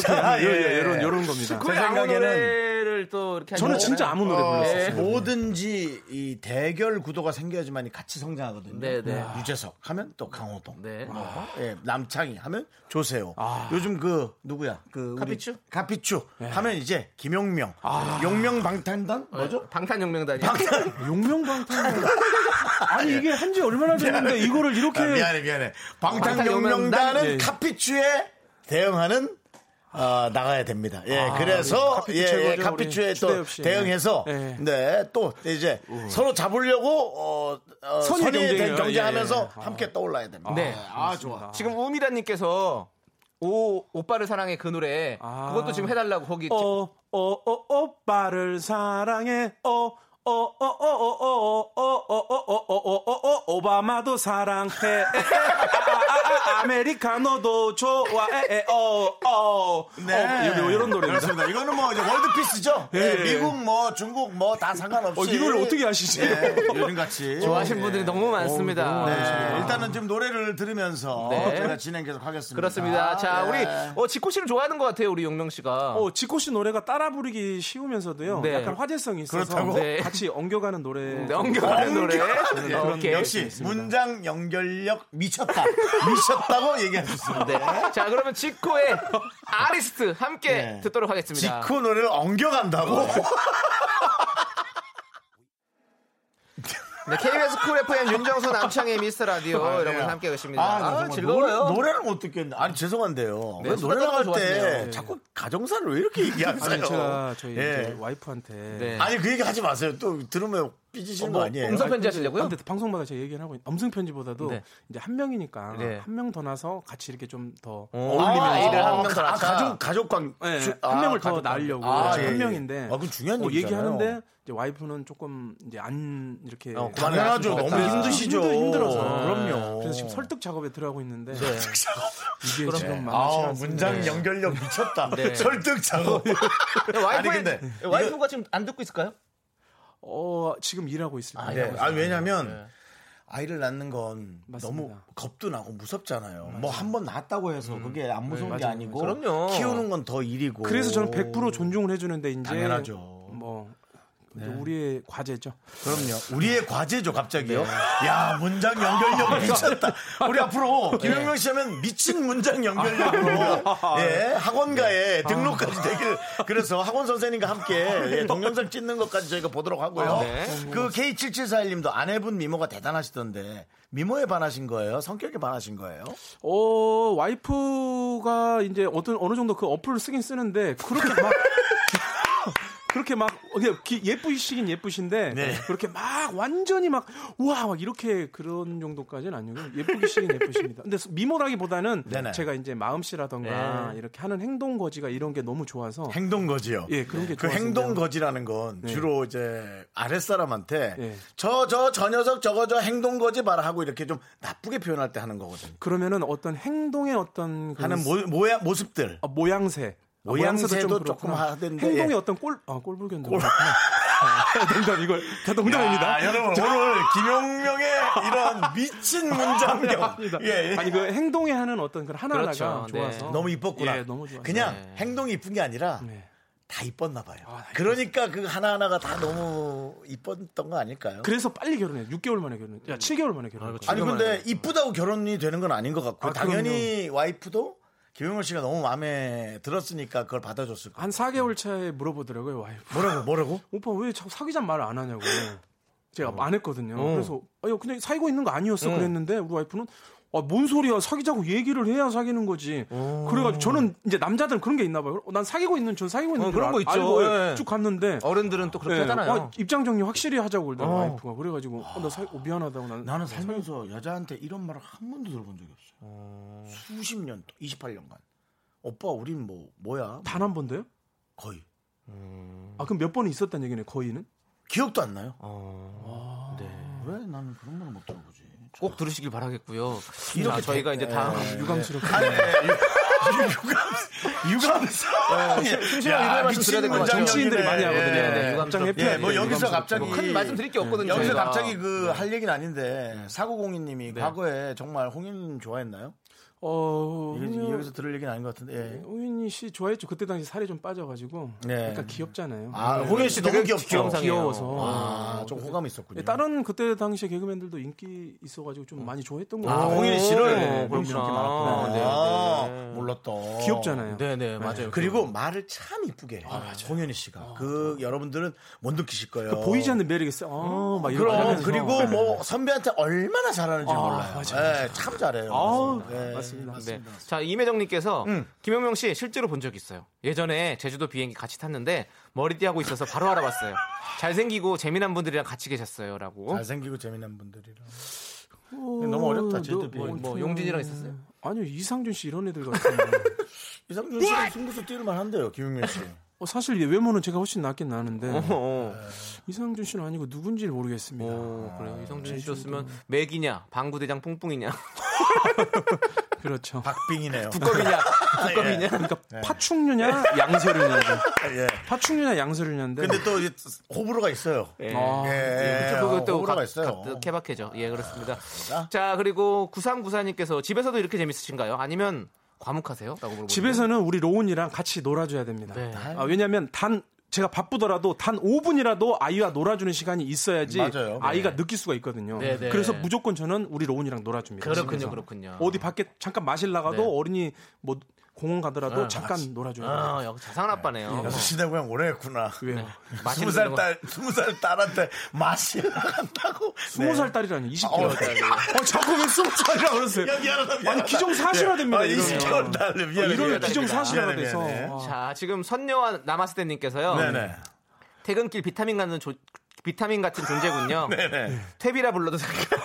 S1: 자,
S9: 이런,
S1: 예.
S9: 이런 이런 겁니다.
S2: 거의 아무
S1: 생각에는-
S2: 노래를 또 이렇게 하는
S9: 저는
S1: 네.
S9: 진짜 아무 노래 불렀어요.
S1: 예. 뭐든지 이 대결 구도가 생겨야지만 같이 성장하거든요.
S2: 네, 네.
S1: 유재석 하면 또 강호동.
S2: 네. 아.
S1: 어? 예, 남창희 하면 조세호. 요즘 그 누구야? 그 우리
S2: 카피추? 네. 아.
S1: 카피추 하면 이제 김용명. 용명 방탄단 뭐죠?
S2: 방탄혁명단이
S9: 용명방탄 아니 이게 한지 얼마나 됐는데 이거를 이렇게
S1: 아, 미안해 미안해. 방탄 용명단은
S9: 예.
S1: 카피추에 대응하는 어, 나가야 됩니다. 예, 그래서
S9: 아,
S1: 예,
S9: 네, 카피추
S1: 예,
S9: 최고죠,
S1: 카피추에
S9: 우리
S1: 또
S9: 주대엽 씨.
S1: 대응해서
S9: 예.
S1: 네, 또 이제 서로 잡으려고 어, 어,
S9: 선의
S1: 선의
S9: 경쟁이에요.
S1: 경쟁하면서
S9: 예, 예.
S1: 함께 떠올라야 됩니다.
S2: 네.
S1: 아, 좋아.
S2: 지금 우미란님께서 오 오빠를 사랑해 그 노래
S9: 아.
S2: 그것도 지금 해달라고 거기
S9: 어, 어, 어, 오빠를 사랑해. 어, 어, 어, 어, 어, 어, 어, 어, 어, 어, 어, 어, 어, 어, 어, 오바마도 사랑해. 에, 에, 아, 아, 아, 아메리카노도 좋아해. 에, 어, 어. 어,
S1: 네.
S9: 이런- 이런 노래입니다.
S1: 그렇습니다. 이거는 뭐 이제 월드피스죠.
S9: 예,
S1: 예,
S9: 예.
S1: 미국 뭐 중국 뭐 다 상관없이.
S9: 어, 이걸 어떻게 아시지?
S1: 예, 요즘 같이
S2: 좋아하시는 분들이 너무 많습니다.
S1: 네, 어, 일단은 지금 노래를 들으면서
S2: 아. 네.
S1: 제가 진행 계속 하겠습니다.
S2: 그렇습니다. 자
S1: 네.
S2: 우리 어, 지코 씨를 좋아하는 것 같아요 우리 용명 씨가.
S9: 어, 지코 씨 노래가 따라 부르기 쉬우면서도요.
S2: 네.
S9: 약간 화제성이 있어서
S1: 그렇다고? 음, 네.
S2: 네.
S9: 같이 엉겨가는 노래.
S2: 넘겨가는 노래.
S1: 예,
S2: 어,
S1: 그런
S2: 오케이.
S1: 역시 문장 연결력 미쳤다. 미쳤다고 얘기하셨습니다.
S2: 네. 자 그러면 지코의 아리스트 함께
S1: 네.
S2: 듣도록 하겠습니다. 어,
S1: 지코 노래를 엉겨간다고?
S2: 네, KBS 쿨 FM 윤정수 남창의 미스터 라디오 여러분 함께 계십니다.
S1: 아, 나
S2: 아,
S1: 정말
S2: 즐거워요.
S1: 노래, 노래를 못 듣겠네. 아니, 죄송한데요.
S2: 네,
S1: 왜
S2: 수다
S1: 노래 나갈
S2: 떨고
S1: 때
S2: 좋았네요.
S1: 자꾸 가정사를 왜 이렇게 얘기하세요?
S9: 아니, 제가 저희
S1: 예.
S9: 이제 와이프한테.
S2: 네.
S1: 아니, 그 얘기 하지 마세요. 또 들으면 삐지시는 거 아니에요?
S2: 어, 뭐 음성 편지 하시려고요?
S9: 근데 방송마다 제가 얘기를 하고 있는 음성 편지보다도
S2: 네.
S9: 이제 한 명이니까
S2: 네.
S9: 한 명 더 나서 같이 이렇게 좀 더
S2: 어울리면 뭐 일을 한 명더
S1: 아,
S2: 낳자.
S1: 가족, 가족관.
S9: 네,
S1: 주-
S9: 한
S1: 아,
S9: 명을 더
S1: 가족관.
S9: 낳으려고
S1: 아,
S9: 지금
S1: 예,
S9: 한
S1: 예.
S9: 명인데
S1: 아, 그건 중요한
S9: 어,
S1: 얘기잖아요.
S9: 얘기하는데 이제 와이프는 조금 이제 안 이렇게
S1: 어, 당연하죠.
S9: 좋겠다.
S1: 너무 힘드시죠. 네.
S9: 힘들- 힘들어서
S1: 그럼요.
S9: 그래서 지금 설득 작업에 들어가고 있는데 이게 지금
S1: 네. 아,
S9: 만만치 않습니다.
S1: 문장 연결력 미쳤다. 설득 작업.
S2: 야, 네. 와이프의-
S1: 아니, 근데
S2: 와이프가 지금 안 듣고 있을까요?
S9: 어 지금 일하고 있을
S1: 아,
S9: 거예요.
S1: 네. 아, 왜냐면 아이를 낳는 건
S9: 맞습니다.
S1: 너무 겁도 나고 무섭잖아요. 뭐 한 번 낳았다고 해서 그게 안 무서운 게
S9: 맞아요.
S1: 아니고
S2: 음. 네, 그럼요.
S1: 키우는 건 더 일이고.
S9: 그래서 저는 100% 존중을 해주는데 이제
S1: 당연하죠. 네.
S9: 뭐 이제 우리의 과제죠.
S1: 그럼요. 우리의 과제죠, 갑자기요. 야, 문장 연결력 미쳤다. 우리 앞으로 김영명 씨 하면 미친 문장 연결력으로 예, 학원가에 등록까지 되길. 그래서 학원 선생님과 함께 예, 동영상 찍는 것까지 저희가 보도록 하고요. 그 K7741님도 아내분 미모가 대단하시던데 미모에 반하신 거예요? 성격에 반하신 거예요?
S9: 어, 와이프가 이제 어떤 어느 정도 그 어플을 쓰긴 쓰는데 그렇게 막 그렇게 막 그냥 기- 예쁘시긴 예쁘신데
S1: 네.
S9: 그렇게 막 완전히 막 우와 막 이렇게 그런 정도까지는 아니고 예쁘시긴 예쁘십니다. 근데 미모라기보다는
S1: 네네. 네.
S9: 제가 이제 마음씨라던가 이렇게 하는 행동 거지가 이런 게 너무 좋아서
S1: 행동 거지요. 네.
S9: 예, 그런 게
S1: 그
S9: 좋아서
S1: 행동
S9: 그냥-
S1: 거지라는 건 주로 이제 아랫사람한테
S9: 예.
S1: 저 저 저 녀석 저거 저 행동 거지 봐라 하고 이렇게 좀 나쁘게 표현할 때 하는 거거든요.
S9: 그러면은 어떤 행동의 어떤 그
S1: 하는 모, 모야, 모습들.
S9: 아, 모양새. 아,
S1: 모양새도
S9: 그렇구나.
S1: 조금 하던데,
S9: 행동의
S1: 예.
S9: 어떤 꼴, 아, 꼴불견도. 그렇구나. 아, 농담, 이걸. 다 농담입니다.
S1: 야, 아, 여러분 오늘 김용명의 이런 미친 문장력.
S9: 아닙니다.
S1: 예, 예.
S9: 아니 그 행동에 하는 어떤 그런 하나하나가
S2: 그렇죠.
S9: 좋아서
S2: 네.
S1: 너무 이뻤구나.
S9: 예, 너무 좋았어요.
S1: 그냥 행동이 이쁜 게 아니라
S9: 네.
S1: 다 이뻤나 봐요.
S9: 아, 다
S1: 그러니까 그 하나하나가 다 너무 이뻤던 거 아닐까요?
S9: 그래서 빨리 결혼해. 6개월 만에 결혼해. 야, 7개월 만에 결혼해.
S1: 음. 아니 근데 이쁘다고 결혼이 되는 건 아닌 것 같고
S9: 아,
S1: 당연히 와이프도 김용명 씨가 너무 마음에 들었으니까 그걸 받아줬을 거예요.
S9: 한 4개월 차에 물어보더라고요, 와이프.
S1: 뭐라고 뭐라고?
S9: 오빠 왜 자꾸 사귀자 말을 안
S2: 어.
S9: 아, 하냐고. 제가 안 했거든요. 그래서 아니, 그냥 사귀고 있는 거 아니었어 그랬는데 우리 와이프는 아, 뭔 소리야 사귀자고 얘기를 해야 사귀는 거지.
S2: 어.
S9: 그래가지고 저는 이제 남자들은 그런 게 있나 봐요. 어, 난 사귀고 있는 전 사귀고 있는
S2: 어,
S9: 줄
S2: 그런
S9: 알-
S2: 거 있죠.
S9: 알고
S2: 예.
S9: 쭉 갔는데
S2: 어른들은 또 그렇게
S9: 예,
S2: 하잖아요.
S9: 와, 입장 정리 확실히 하자고 그러더라고
S1: 어.
S9: 와이프가 그래가지고 어, 나 사이 어, 미안하다고 나는
S1: 나는
S2: 네,
S1: 살면서 여자한테 이런 말을 한 번도 들어본 적이 없어요. 수십 년, 동 28년간. 오빠, 우린 뭐, 뭐야?
S9: 단 한 번도요?
S1: 거의.
S9: 아 그럼 몇 번이 있었단 얘기네 거의는?
S1: 기억도 안 나요. 아.
S2: 네.
S1: 왜 나는 그런 말을 못 들어보지?
S2: 꼭 들으시길 바라겠고요.
S1: 이렇게
S2: 자, 저희가
S1: 대-
S2: 이제 다음
S1: 네.
S9: 유감스럽게
S1: 유감스러워.
S2: 네, 심심한 이런 말씀 드려야 될것 같아요.
S9: 정치인들이 많이 하거든요.
S2: 네,
S9: 네,
S2: 유감스럽-
S9: 입장 회피.
S1: 예, 뭐 여기서
S9: 유감스럽죠.
S1: 갑자기
S2: 뭐 큰 말씀 드릴 게 없거든요,
S1: 여기서
S2: 저희가. 네.
S1: 갑자기 그 할 얘기는 아닌데 사고공인님이 과거에 정말 홍인 좋아했나요?
S9: 어,
S1: 이게 지금
S9: 홍윤-
S1: 여기서 들을 얘기는 아닌 것 같은데. 예.
S9: 홍윤희 씨 좋아했죠. 그때 당시 살이 좀 빠져가지고
S1: 네.
S9: 약간 귀엽잖아요.
S1: 아, 홍인 씨 너무 귀엽죠.
S2: 귀염상이에요.
S9: 귀여워서.
S1: 아, 좀 호감이 있었군요.
S9: 예, 다른 그때 당시 개그맨들도 인기 있어가지고 좀 많이 좋아했던 거
S1: 아,
S9: 같아요.
S1: 홍인 씨를
S9: 네,
S1: 그런 인기
S2: 그렇구나.
S1: 많았구나.
S2: 네,
S1: 아,
S2: 네.
S1: 몰랐다.
S9: 귀엽잖아요. 아,
S2: 네, 네, 맞아요.
S1: 그리고 말을 참 이쁘게 해요. 홍현희 씨가. 그 여러분들은 못 느끼실 거예요.
S9: 그 보이지 않는 매력이 있어요. 아, 막 이런 거
S1: 그럼
S9: 하면서.
S1: 그리고 뭐 선배한테 얼마나 잘하는지
S9: 아,
S1: 몰라요.
S9: 맞아요.
S1: 예, 참 잘해요.
S9: 아우,
S1: 예,
S9: 맞습니다.
S2: 네. 자, 이매정님께서
S1: 음.
S2: 김영명 씨 실제로 본 적 있어요. 예전에 제주도 비행기 같이 탔는데 머리띠 하고 있어서 바로 알아봤어요. 잘생기고 재미난 분들이랑 같이 계셨어요라고.
S1: 잘생기고 재미난 분들이라.
S9: 어,
S1: 너무 어렵다, 제주도
S9: 너-
S1: 비행기.
S2: 뭐 용진이랑 있었어요?
S9: 아니요 이상준 씨 이런 애들 같은.
S1: 이상준
S9: 네!
S1: 씨는 승부수 뛸만 한데요, 김용민 씨.
S9: 어, 사실 얘 외모는 제가 훨씬 낫긴 나는데
S2: 어, 어.
S9: 이상준 씨는 아니고 누군지를 모르겠습니다.
S2: 오, 어, 그래요. 이성준
S1: 뭐.
S2: 씨였으면 맥이냐, 방구대장 뿡뿡이냐,
S9: 그렇죠.
S1: 박빙이네요.
S2: 두꺼비냐, 두꺼비냐.
S9: 그러니까 파충류냐 양서류냐.
S1: 예.
S9: 파충류냐 양서류냐인데.
S1: 근데 또 이제 호불호가 있어요.
S2: 예.
S9: 아,
S1: 예,
S2: 그렇죠. 그거 또
S1: 호불호가
S2: 가,
S1: 있어요. 아,
S2: 가, 케바케죠. 예, 그렇습니다. 자, 그리고 9394님께서 집에서도 이렇게 재밌으신가요? 아니면 과묵하세요? 라고 물어보는데.
S9: 집에서는 우리 로운이랑 같이 놀아줘야 됩니다.
S2: 네.
S9: 아, 왜냐하면 단 제가 바쁘더라도 단 5분이라도 아이와 놀아주는 시간이 있어야지
S1: 맞아요.
S9: 이가 느낄 수가 있거든요.
S2: 네, 네.
S9: 그래서 무조건 저는 우리 로운이랑 놀아줍니다.
S2: 그렇군요,
S9: 집에서.
S2: 그렇군요.
S9: 어디 밖에 잠깐 마실 나가도
S2: 네.
S9: 어린이 뭐 공원 가더라도
S2: 아,
S9: 잠깐 놀아줘야 돼요.
S2: 아, 역시 자상한 아빠네요.
S1: 여섯 시대 그냥 오래 했구나. 네.
S9: 왜요?
S1: 스무 살 딸, 스무 살 딸한테 맛이 나간다고. 네.
S9: 스무 살 딸이라니 20kg.
S2: 어,
S9: 어, 자꾸 왜 스무 살이라 그러세요?
S1: 야, 미안하다, 미안하다.
S9: 아니 기정 사실화됩니다.
S1: 아,
S9: 이러면.
S1: 20개월 딸 미안해.
S9: 이러면
S1: 미안해.
S9: 기정 사실화가
S1: 미안해,
S9: 돼서.
S1: 미안해.
S9: 아.
S2: 자, 지금 선녀와 남아스대님께서요.
S1: 네네.
S2: 퇴근길 비타민 같은 조- 비타민 같은 존재군요.
S1: 네.
S2: 퇴비라 불러도 어, 상관-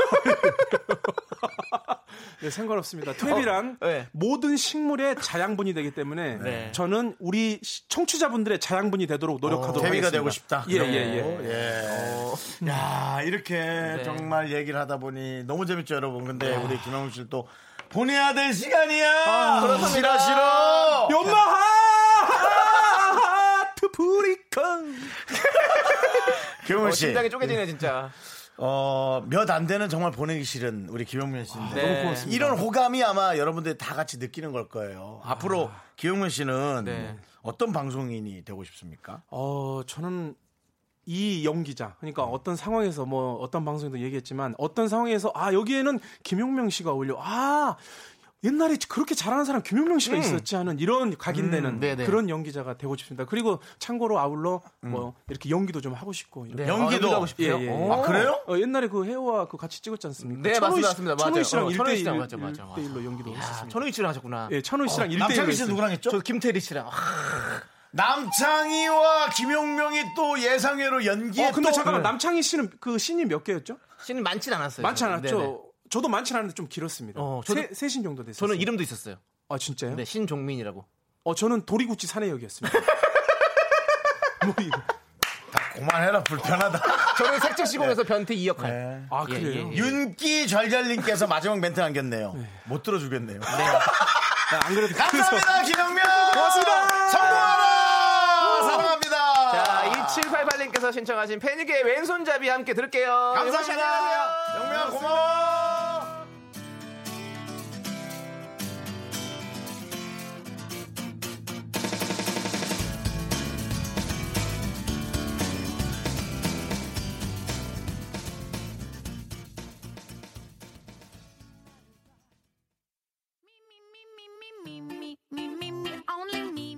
S9: 네, 상관없습니다. 퇴비란
S2: 어, 네.
S9: 모든 식물의 자양분이 되기 때문에
S2: 네. 어,
S9: 저는 우리 시- 청취자분들의 자양분이 되도록 노력하도록
S1: 대비가
S9: 하겠습니다.
S1: 어, 되고 싶다.
S9: 네. 예,
S1: 그런
S9: 예, 어. 네.
S1: 거. 예. 야, 이렇게 정말 얘기를 하다 보니 너무 재밌죠, 여러분. 근데 우리 김영훈 씨를 또 보내야 될 시간이야.
S9: 아,
S1: 싫어, 싫어.
S9: 요마하 트프리카
S1: 김영훈
S2: 어,
S1: 씨.
S2: 심장이 쪼개지네 진짜.
S1: 어, 몇 안 되는 정말 보내기 싫은 우리 김용민
S9: 네.
S1: 씨인데.
S2: 너무 고맙습니다.
S1: 이런 호감이 아마 여러분들이 다 같이 느끼는 걸 거예요.
S9: 아.
S1: 앞으로 김용민 씨는
S2: 네.
S1: 어떤 방송인이 되고 싶습니까?
S9: 어, 저는 이 연기자 그러니까 어떤 상황에서 뭐 어떤 방송에도 얘기했지만 어떤 상황에서 아 여기에는 김용명 씨가 어울려 아 옛날에 그렇게 잘하는 사람 김용명 씨가 있었지 하는 이런 각인되는
S2: 음. 네네.
S9: 그런 연기자가 되고 싶습니다. 그리고 참고로 아울러
S2: 음.
S9: 뭐 이렇게 연기도 좀 하고 싶고 이렇게.
S1: 네. 연기도.
S2: 네. 하고 싶어요.
S9: 예, 예.
S2: 오.
S1: 아, 그래요?
S9: 어, 옛날에 그 해와 그 같이 찍었지 않습니까?
S2: 네,
S9: 천호희 씨-
S2: 맞습니다, 맞습니다.
S9: 천호희
S2: 맞아요.
S9: 씨랑
S2: 어,
S9: 일
S2: 천호희
S9: 대
S2: 씨랑
S9: 일
S2: 맞아, 맞아, 맞아.
S9: 대일로 연기도
S2: 야,
S9: 했었습니다.
S2: 천호희 씨랑 하셨구나.
S9: 예, 천호희 씨랑 일대일로
S1: 남창희
S9: 했어요.
S1: 씨는 누구랑 했죠?
S2: 저 김태리 씨랑. 아,
S1: 남창희와 김용명이 또 예상외로 연기에
S9: 어, 근데
S1: 또 네.
S9: 잠깐만 남창희 씨는 그 신이 몇 개였죠?
S2: 씨는 많진 않았어요.
S9: 많지
S2: 저는.
S9: 않았죠.
S2: 네네.
S9: 저도 많지 않은데 좀 길었습니다.
S2: 어, 저도-
S9: 세, 세신 정도 됐어요.
S2: 저는 이름도 있었어요.
S9: 아 진짜요?
S2: 네, 신종민이라고.
S9: 어 저는 도리구치 사내역이었습니다. 뭐 이거.
S1: 그만해라 불편하다.
S2: 저는 색즉시공에서 변태 2역할.
S9: 아
S2: 예,
S9: 그래요?
S2: 예, 예.
S1: 윤기 절잘님께서 마지막 멘트 남겼네요. 못 들어주겠네요.
S9: 아, 안 그래도
S1: 감사합니다 김용명.
S9: 고맙습니다.
S1: 성공하라. 사랑합니다.
S2: 자, 2788님께서 신청하신 패닉의 왼손잡이 함께 들을게요. 영광 씨, 안녕히 가세요.
S1: 감사합니다. 영명아 고마워.
S5: me, me, me, me, me, only me.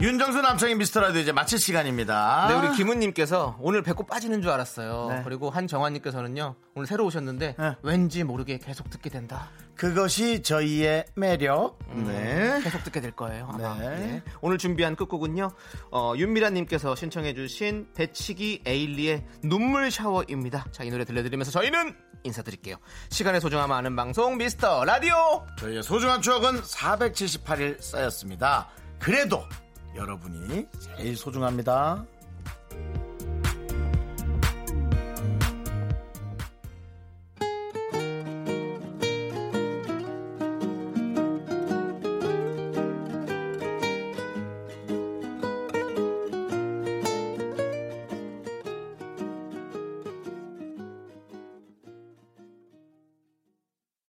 S1: 윤정수 남창의 미스터라디오 이제 마칠 시간입니다.
S2: 네, 우리 김은님께서 오늘 배꼽 빠지는 줄 알았어요.
S1: 아. 네.
S2: 그리고 한정환님께서는요, 오늘 새로 오셨는데, 왠지 모르게 계속 듣게 된다.
S1: 그것이 저희의 매력. 네.
S2: 계속 듣게 될 거예요. 아마.
S1: 네.
S2: 네. 오늘 준비한 끝곡은요, 어, 윤미라님께서 신청해주신 배치기 에일리의 눈물 샤워입니다. 자, 이 노래 들려드리면서 저희는 인사드릴게요. 시간의 소중함 아는 방송 미스터 라디오!
S1: 저희의 소중한 추억은 478일 쌓였습니다. 그래도 여러분이 제일 소중합니다.